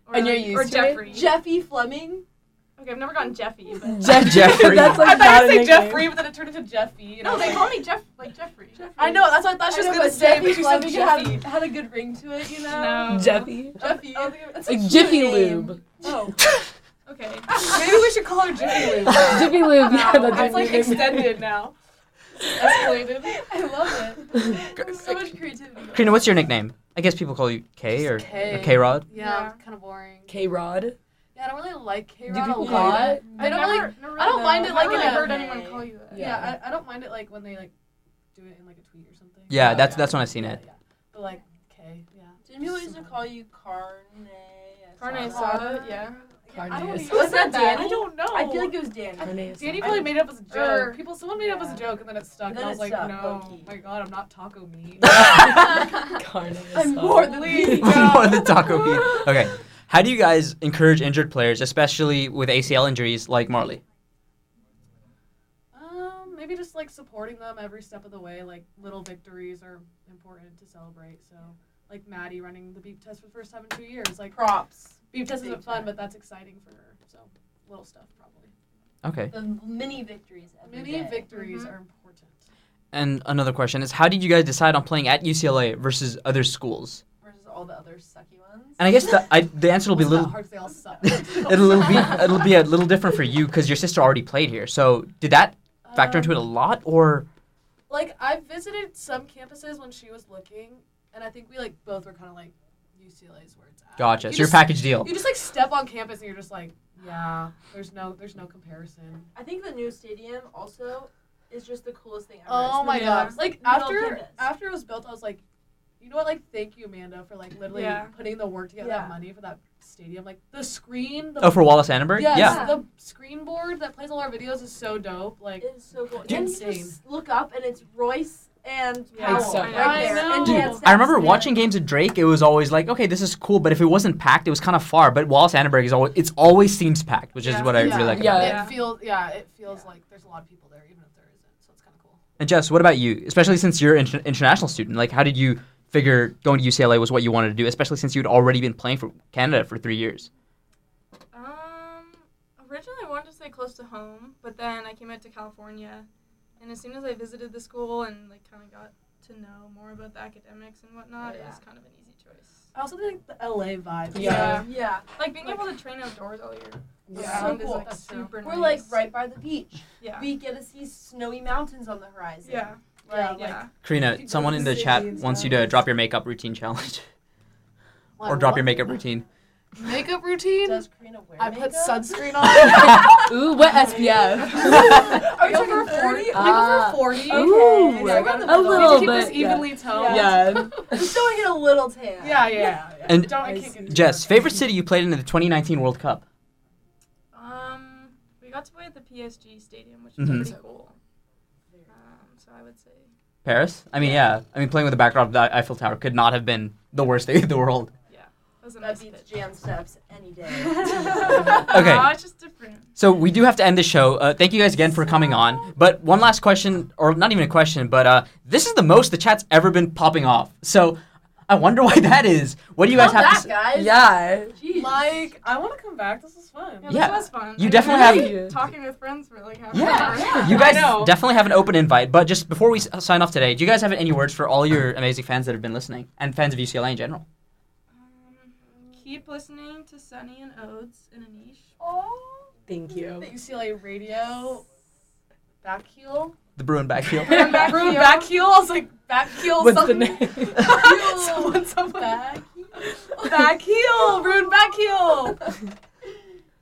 [SPEAKER 4] Or,
[SPEAKER 6] And you're
[SPEAKER 4] or
[SPEAKER 6] used to it?
[SPEAKER 4] Jeffrey.
[SPEAKER 3] Jeffy Fleming.
[SPEAKER 4] Okay, I've never gotten Jeffy, but
[SPEAKER 1] Jeff- Jeffrey.
[SPEAKER 6] That's like
[SPEAKER 2] I
[SPEAKER 6] not
[SPEAKER 2] thought
[SPEAKER 6] a
[SPEAKER 2] I'd say
[SPEAKER 6] nickname.
[SPEAKER 2] Jeffrey, but then it turned into Jeffy. And I
[SPEAKER 4] no,
[SPEAKER 2] was
[SPEAKER 4] they
[SPEAKER 2] like,
[SPEAKER 4] call me Jeff, like Jeffrey.
[SPEAKER 2] I know, that's what I thought she
[SPEAKER 3] I
[SPEAKER 2] was
[SPEAKER 3] know,
[SPEAKER 2] gonna
[SPEAKER 3] but
[SPEAKER 2] say,
[SPEAKER 3] Jeffy
[SPEAKER 2] but she said
[SPEAKER 3] Fleming had,
[SPEAKER 2] Jeffy.
[SPEAKER 3] had a good ring to it, you know.
[SPEAKER 4] No.
[SPEAKER 6] Jeffy.
[SPEAKER 3] Jeffy.
[SPEAKER 2] I don't think it-
[SPEAKER 3] That's a
[SPEAKER 6] Like
[SPEAKER 3] cute
[SPEAKER 6] Jiffy
[SPEAKER 3] name.
[SPEAKER 6] Lube.
[SPEAKER 2] Oh,
[SPEAKER 4] Okay.
[SPEAKER 2] maybe we should call her Jiffy Lube.
[SPEAKER 6] Jiffy Lube. Yeah,
[SPEAKER 4] Wow,
[SPEAKER 6] that's
[SPEAKER 2] That's like
[SPEAKER 6] Jiffy Lube.
[SPEAKER 2] extended now. Escalated.
[SPEAKER 3] I love it. There's so much creativity.
[SPEAKER 1] Karina, what's your nickname? I guess people call you K or
[SPEAKER 2] K.
[SPEAKER 1] K Rod.
[SPEAKER 2] Yeah,
[SPEAKER 4] Yeah.
[SPEAKER 2] it's kind of boring.
[SPEAKER 6] K Rod.
[SPEAKER 2] Yeah, I don't really like K
[SPEAKER 6] Do
[SPEAKER 2] Rod a
[SPEAKER 6] people
[SPEAKER 2] lot.
[SPEAKER 6] call you that?
[SPEAKER 2] I don't
[SPEAKER 4] never,
[SPEAKER 2] like.
[SPEAKER 4] never
[SPEAKER 2] I don't
[SPEAKER 4] really-
[SPEAKER 2] mind it, like,
[SPEAKER 4] I
[SPEAKER 2] in
[SPEAKER 4] never
[SPEAKER 2] a-
[SPEAKER 4] heard anyone call you that.
[SPEAKER 6] Yeah.
[SPEAKER 2] Yeah, I, I don't mind it like when they like do it in like a tweet or something.
[SPEAKER 1] Yeah, that's
[SPEAKER 6] yeah.
[SPEAKER 1] that's when I've seen
[SPEAKER 2] Yeah,
[SPEAKER 1] it.
[SPEAKER 2] yeah. But like K, yeah.
[SPEAKER 3] Didn't people used to call you Carne?
[SPEAKER 4] Carne
[SPEAKER 3] asada?
[SPEAKER 4] asada, yeah.
[SPEAKER 2] I don't
[SPEAKER 6] Carne
[SPEAKER 2] even-
[SPEAKER 6] asada.
[SPEAKER 2] Was that
[SPEAKER 3] Wasn't that
[SPEAKER 2] Danny? I
[SPEAKER 3] Danny?
[SPEAKER 2] don't know.
[SPEAKER 3] I feel like it was Danny.
[SPEAKER 2] Danny probably made it up as a joke.
[SPEAKER 4] Or-
[SPEAKER 2] People, someone made it up as a joke, and then it stuck. Er. And
[SPEAKER 3] Then
[SPEAKER 2] I was
[SPEAKER 3] it
[SPEAKER 2] like,
[SPEAKER 3] stuck,
[SPEAKER 2] no,
[SPEAKER 3] low-key.
[SPEAKER 2] my god, I'm not taco meat.
[SPEAKER 6] Carne
[SPEAKER 3] I'm
[SPEAKER 6] asada.
[SPEAKER 3] more than
[SPEAKER 2] Please.
[SPEAKER 1] More than taco meat. Okay, how do you guys encourage injured players, especially with ACL injuries like Marley?
[SPEAKER 2] um, maybe just like supporting them every step of the way. Like little victories are important to celebrate. So like Maddie running the beep test for the first time in two years. Like
[SPEAKER 3] props.
[SPEAKER 2] beep test
[SPEAKER 3] Big
[SPEAKER 2] isn't fun,
[SPEAKER 3] time.
[SPEAKER 2] but that's exciting for her. So little stuff probably.
[SPEAKER 1] Okay.
[SPEAKER 3] The mini victories. every
[SPEAKER 2] Many
[SPEAKER 3] day.
[SPEAKER 2] victories
[SPEAKER 4] Mhm.
[SPEAKER 2] are important.
[SPEAKER 1] And another question is, how did you guys decide on playing at UCLA versus other schools?
[SPEAKER 3] versus all the other sucky ones.
[SPEAKER 1] And I guess the I, the answer will be a
[SPEAKER 2] It's not
[SPEAKER 1] little
[SPEAKER 2] hard 'cause they all suck.
[SPEAKER 1] it'll be it'll be a little different for you because your sister already played here. So did that factor into it a lot, or
[SPEAKER 2] Um, like I visited some campuses when she was looking, and I think we like both were kind of like UCLA's where it's at.
[SPEAKER 1] gotcha?
[SPEAKER 2] You
[SPEAKER 1] so your
[SPEAKER 2] just-
[SPEAKER 1] package deal.
[SPEAKER 2] You just like step on campus and you're just like, yeah, there's no there's no comparison.
[SPEAKER 3] I think the new stadium also is just the coolest thing ever.
[SPEAKER 2] Oh
[SPEAKER 3] It's
[SPEAKER 2] my
[SPEAKER 3] the
[SPEAKER 2] god!
[SPEAKER 3] most-
[SPEAKER 2] Like
[SPEAKER 3] middle
[SPEAKER 2] after
[SPEAKER 3] campus.
[SPEAKER 2] after it was built, I was like, you know what? Like thank you, Amanda, for like literally
[SPEAKER 4] Yeah.
[SPEAKER 2] putting the work together,
[SPEAKER 3] Yeah.
[SPEAKER 2] that money for that stadium. Like the screen. The
[SPEAKER 1] Oh, for Wallace Annenberg.
[SPEAKER 2] Yes,
[SPEAKER 1] Yeah.
[SPEAKER 2] the screen board that plays all our videos is so dope. Like
[SPEAKER 3] It's so cool.
[SPEAKER 2] Dude.
[SPEAKER 3] And you
[SPEAKER 2] Insane.
[SPEAKER 3] just look up and it's Royce and
[SPEAKER 2] Yeah.
[SPEAKER 3] Powell
[SPEAKER 5] so-
[SPEAKER 3] right
[SPEAKER 2] I
[SPEAKER 3] there.
[SPEAKER 2] know.
[SPEAKER 3] And
[SPEAKER 2] Dude,
[SPEAKER 3] Chance
[SPEAKER 1] I remember
[SPEAKER 3] Dexter.
[SPEAKER 1] watching games of Drake. It was always like, okay, this is cool, but if it wasn't packed, it was kind of far. But Wallace Annenberg is always it's always seems packed, which is
[SPEAKER 4] Yeah.
[SPEAKER 1] what I
[SPEAKER 2] Yeah.
[SPEAKER 1] really like.
[SPEAKER 5] Yeah.
[SPEAKER 1] about it.
[SPEAKER 2] It feels yeah, it feels like there's a lot of people there, even if there isn't. So it's kind of cool.
[SPEAKER 1] And Jess, what about you? Especially since you're an inter- international student, like how did you figure going to UCLA was what you wanted to do? Especially since you'd already been playing for Canada for three years.
[SPEAKER 4] Um, originally I wanted to stay close to home, but then I came out to California, and as soon as I visited the school and like kind of got to know more about the academics and whatnot, it was kind of an easy choice.
[SPEAKER 2] I also think the LA vibe.
[SPEAKER 5] Yeah.
[SPEAKER 3] Yeah,
[SPEAKER 4] Like being able to train outdoors all year
[SPEAKER 2] Yeah.
[SPEAKER 4] round is
[SPEAKER 3] So cool.
[SPEAKER 4] like
[SPEAKER 2] That's true.
[SPEAKER 4] super
[SPEAKER 3] we're
[SPEAKER 4] nice.
[SPEAKER 3] like right by the beach.
[SPEAKER 4] Yeah.
[SPEAKER 3] We get to see snowy mountains on the horizon.
[SPEAKER 4] yeah.
[SPEAKER 3] Like,
[SPEAKER 4] Yeah.
[SPEAKER 1] Karina, someone in the chat wants you to drop your makeup routine challenge or drop your makeup routine.
[SPEAKER 2] makeup routine.
[SPEAKER 3] Does Karina wear
[SPEAKER 2] I
[SPEAKER 3] makeup?
[SPEAKER 2] put sunscreen on.
[SPEAKER 6] Ooh, what SPF?
[SPEAKER 3] Are you
[SPEAKER 2] Go
[SPEAKER 3] talking
[SPEAKER 2] for a 40.
[SPEAKER 3] forty?
[SPEAKER 2] I go for
[SPEAKER 6] Ah.
[SPEAKER 2] a 40.
[SPEAKER 6] Okay.
[SPEAKER 3] Okay.
[SPEAKER 2] Yeah, I got
[SPEAKER 3] in the
[SPEAKER 6] a
[SPEAKER 3] middle.
[SPEAKER 2] We
[SPEAKER 6] little
[SPEAKER 2] need to keep this
[SPEAKER 6] bit, yeah.
[SPEAKER 2] evenly toned.
[SPEAKER 6] yeah.
[SPEAKER 3] Just so I get a little tan.
[SPEAKER 2] Yeah, yeah, yeah. yeah.
[SPEAKER 1] And-
[SPEAKER 2] Don't, I
[SPEAKER 6] I
[SPEAKER 2] can't get
[SPEAKER 1] Jess, favorite city you played in the 2019 World Cup?
[SPEAKER 4] Um, we got to play at the PSG stadium, which
[SPEAKER 1] Mhm.
[SPEAKER 4] was pretty cool. Um, so I would say
[SPEAKER 1] Paris? I mean, yeah. I mean, playing with the backdrop of the Eiffel Tower could not have been the worst thing in the world.
[SPEAKER 4] that was a
[SPEAKER 3] That
[SPEAKER 4] nice pitch.
[SPEAKER 3] beats jam steps any day.
[SPEAKER 1] Okay.
[SPEAKER 4] Aw, it's just different.
[SPEAKER 1] So we do have to end the show. Uh, thank you guys again for coming on. But one last question, or not even a question, but uh, this is the most the chat's ever been popping off. So I wonder why that is. What do you guys
[SPEAKER 3] Come
[SPEAKER 1] have
[SPEAKER 3] back,
[SPEAKER 1] to say?
[SPEAKER 3] guys.
[SPEAKER 6] Yeah.
[SPEAKER 3] Jeez.
[SPEAKER 2] Like, I want to come back. This is fun.
[SPEAKER 4] Yeah,
[SPEAKER 1] Yeah.
[SPEAKER 4] this was fun.
[SPEAKER 1] You
[SPEAKER 4] I
[SPEAKER 1] definitely
[SPEAKER 4] mean,
[SPEAKER 6] have-
[SPEAKER 4] like, talking with friends for like half an
[SPEAKER 1] Yeah.
[SPEAKER 4] hour.
[SPEAKER 1] You
[SPEAKER 2] I
[SPEAKER 1] guys
[SPEAKER 2] know.
[SPEAKER 1] definitely have an open invite. But just before we s- sign off today, do you guys have any words for all your amazing fans that have been listening and fans of UCLA in general?
[SPEAKER 4] Um, keep listening to Sunny and Oates and Anish.
[SPEAKER 2] Oh,
[SPEAKER 6] Thank
[SPEAKER 2] the
[SPEAKER 6] you.
[SPEAKER 2] UCLA radio back heel.
[SPEAKER 1] The Bruin back heel.
[SPEAKER 4] Broom back
[SPEAKER 2] Broom
[SPEAKER 4] heel.
[SPEAKER 2] back heel. I was like, back heel
[SPEAKER 6] What's the
[SPEAKER 2] something.
[SPEAKER 6] name?
[SPEAKER 2] someone, someone. Back heel. back heel. Rude back heel.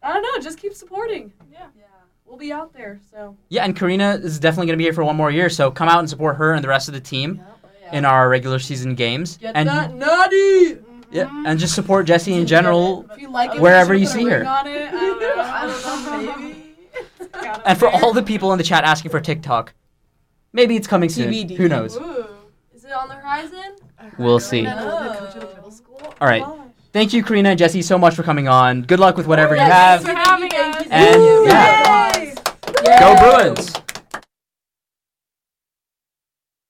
[SPEAKER 2] I don't know. Just keep supporting.
[SPEAKER 4] Yeah.
[SPEAKER 3] Yeah.
[SPEAKER 2] We'll be out there. So
[SPEAKER 1] yeah, and Karina is definitely going to be here for one more year. So come out and support her and the rest of the team in our regular season games.
[SPEAKER 3] Get
[SPEAKER 1] and
[SPEAKER 3] that naughty.
[SPEAKER 1] yeah, and just support Jesse in general.
[SPEAKER 2] if you like it,
[SPEAKER 1] Wherever
[SPEAKER 2] we
[SPEAKER 1] you
[SPEAKER 2] should put
[SPEAKER 1] see
[SPEAKER 2] a
[SPEAKER 1] her.
[SPEAKER 2] ring On it. I don't know.
[SPEAKER 3] I don't know, maybe.
[SPEAKER 2] Got it.
[SPEAKER 1] And for all the people in the chat asking for TikTok, maybe it's coming soon.
[SPEAKER 6] TBD.
[SPEAKER 1] Who knows?
[SPEAKER 4] Ooh.
[SPEAKER 3] Is it on the horizon?
[SPEAKER 1] We'll see.
[SPEAKER 2] I know the coach of the middle school.
[SPEAKER 1] All right.
[SPEAKER 2] Oh Gosh.
[SPEAKER 1] Thank you, Karina and Jesse, so much for coming on. Good luck with whatever you
[SPEAKER 3] Yeah,
[SPEAKER 1] have.
[SPEAKER 3] thank
[SPEAKER 4] Having
[SPEAKER 3] you, thank you,
[SPEAKER 4] us.
[SPEAKER 3] thank you.
[SPEAKER 1] And, yeah.
[SPEAKER 3] Yay.
[SPEAKER 1] Go Bruins!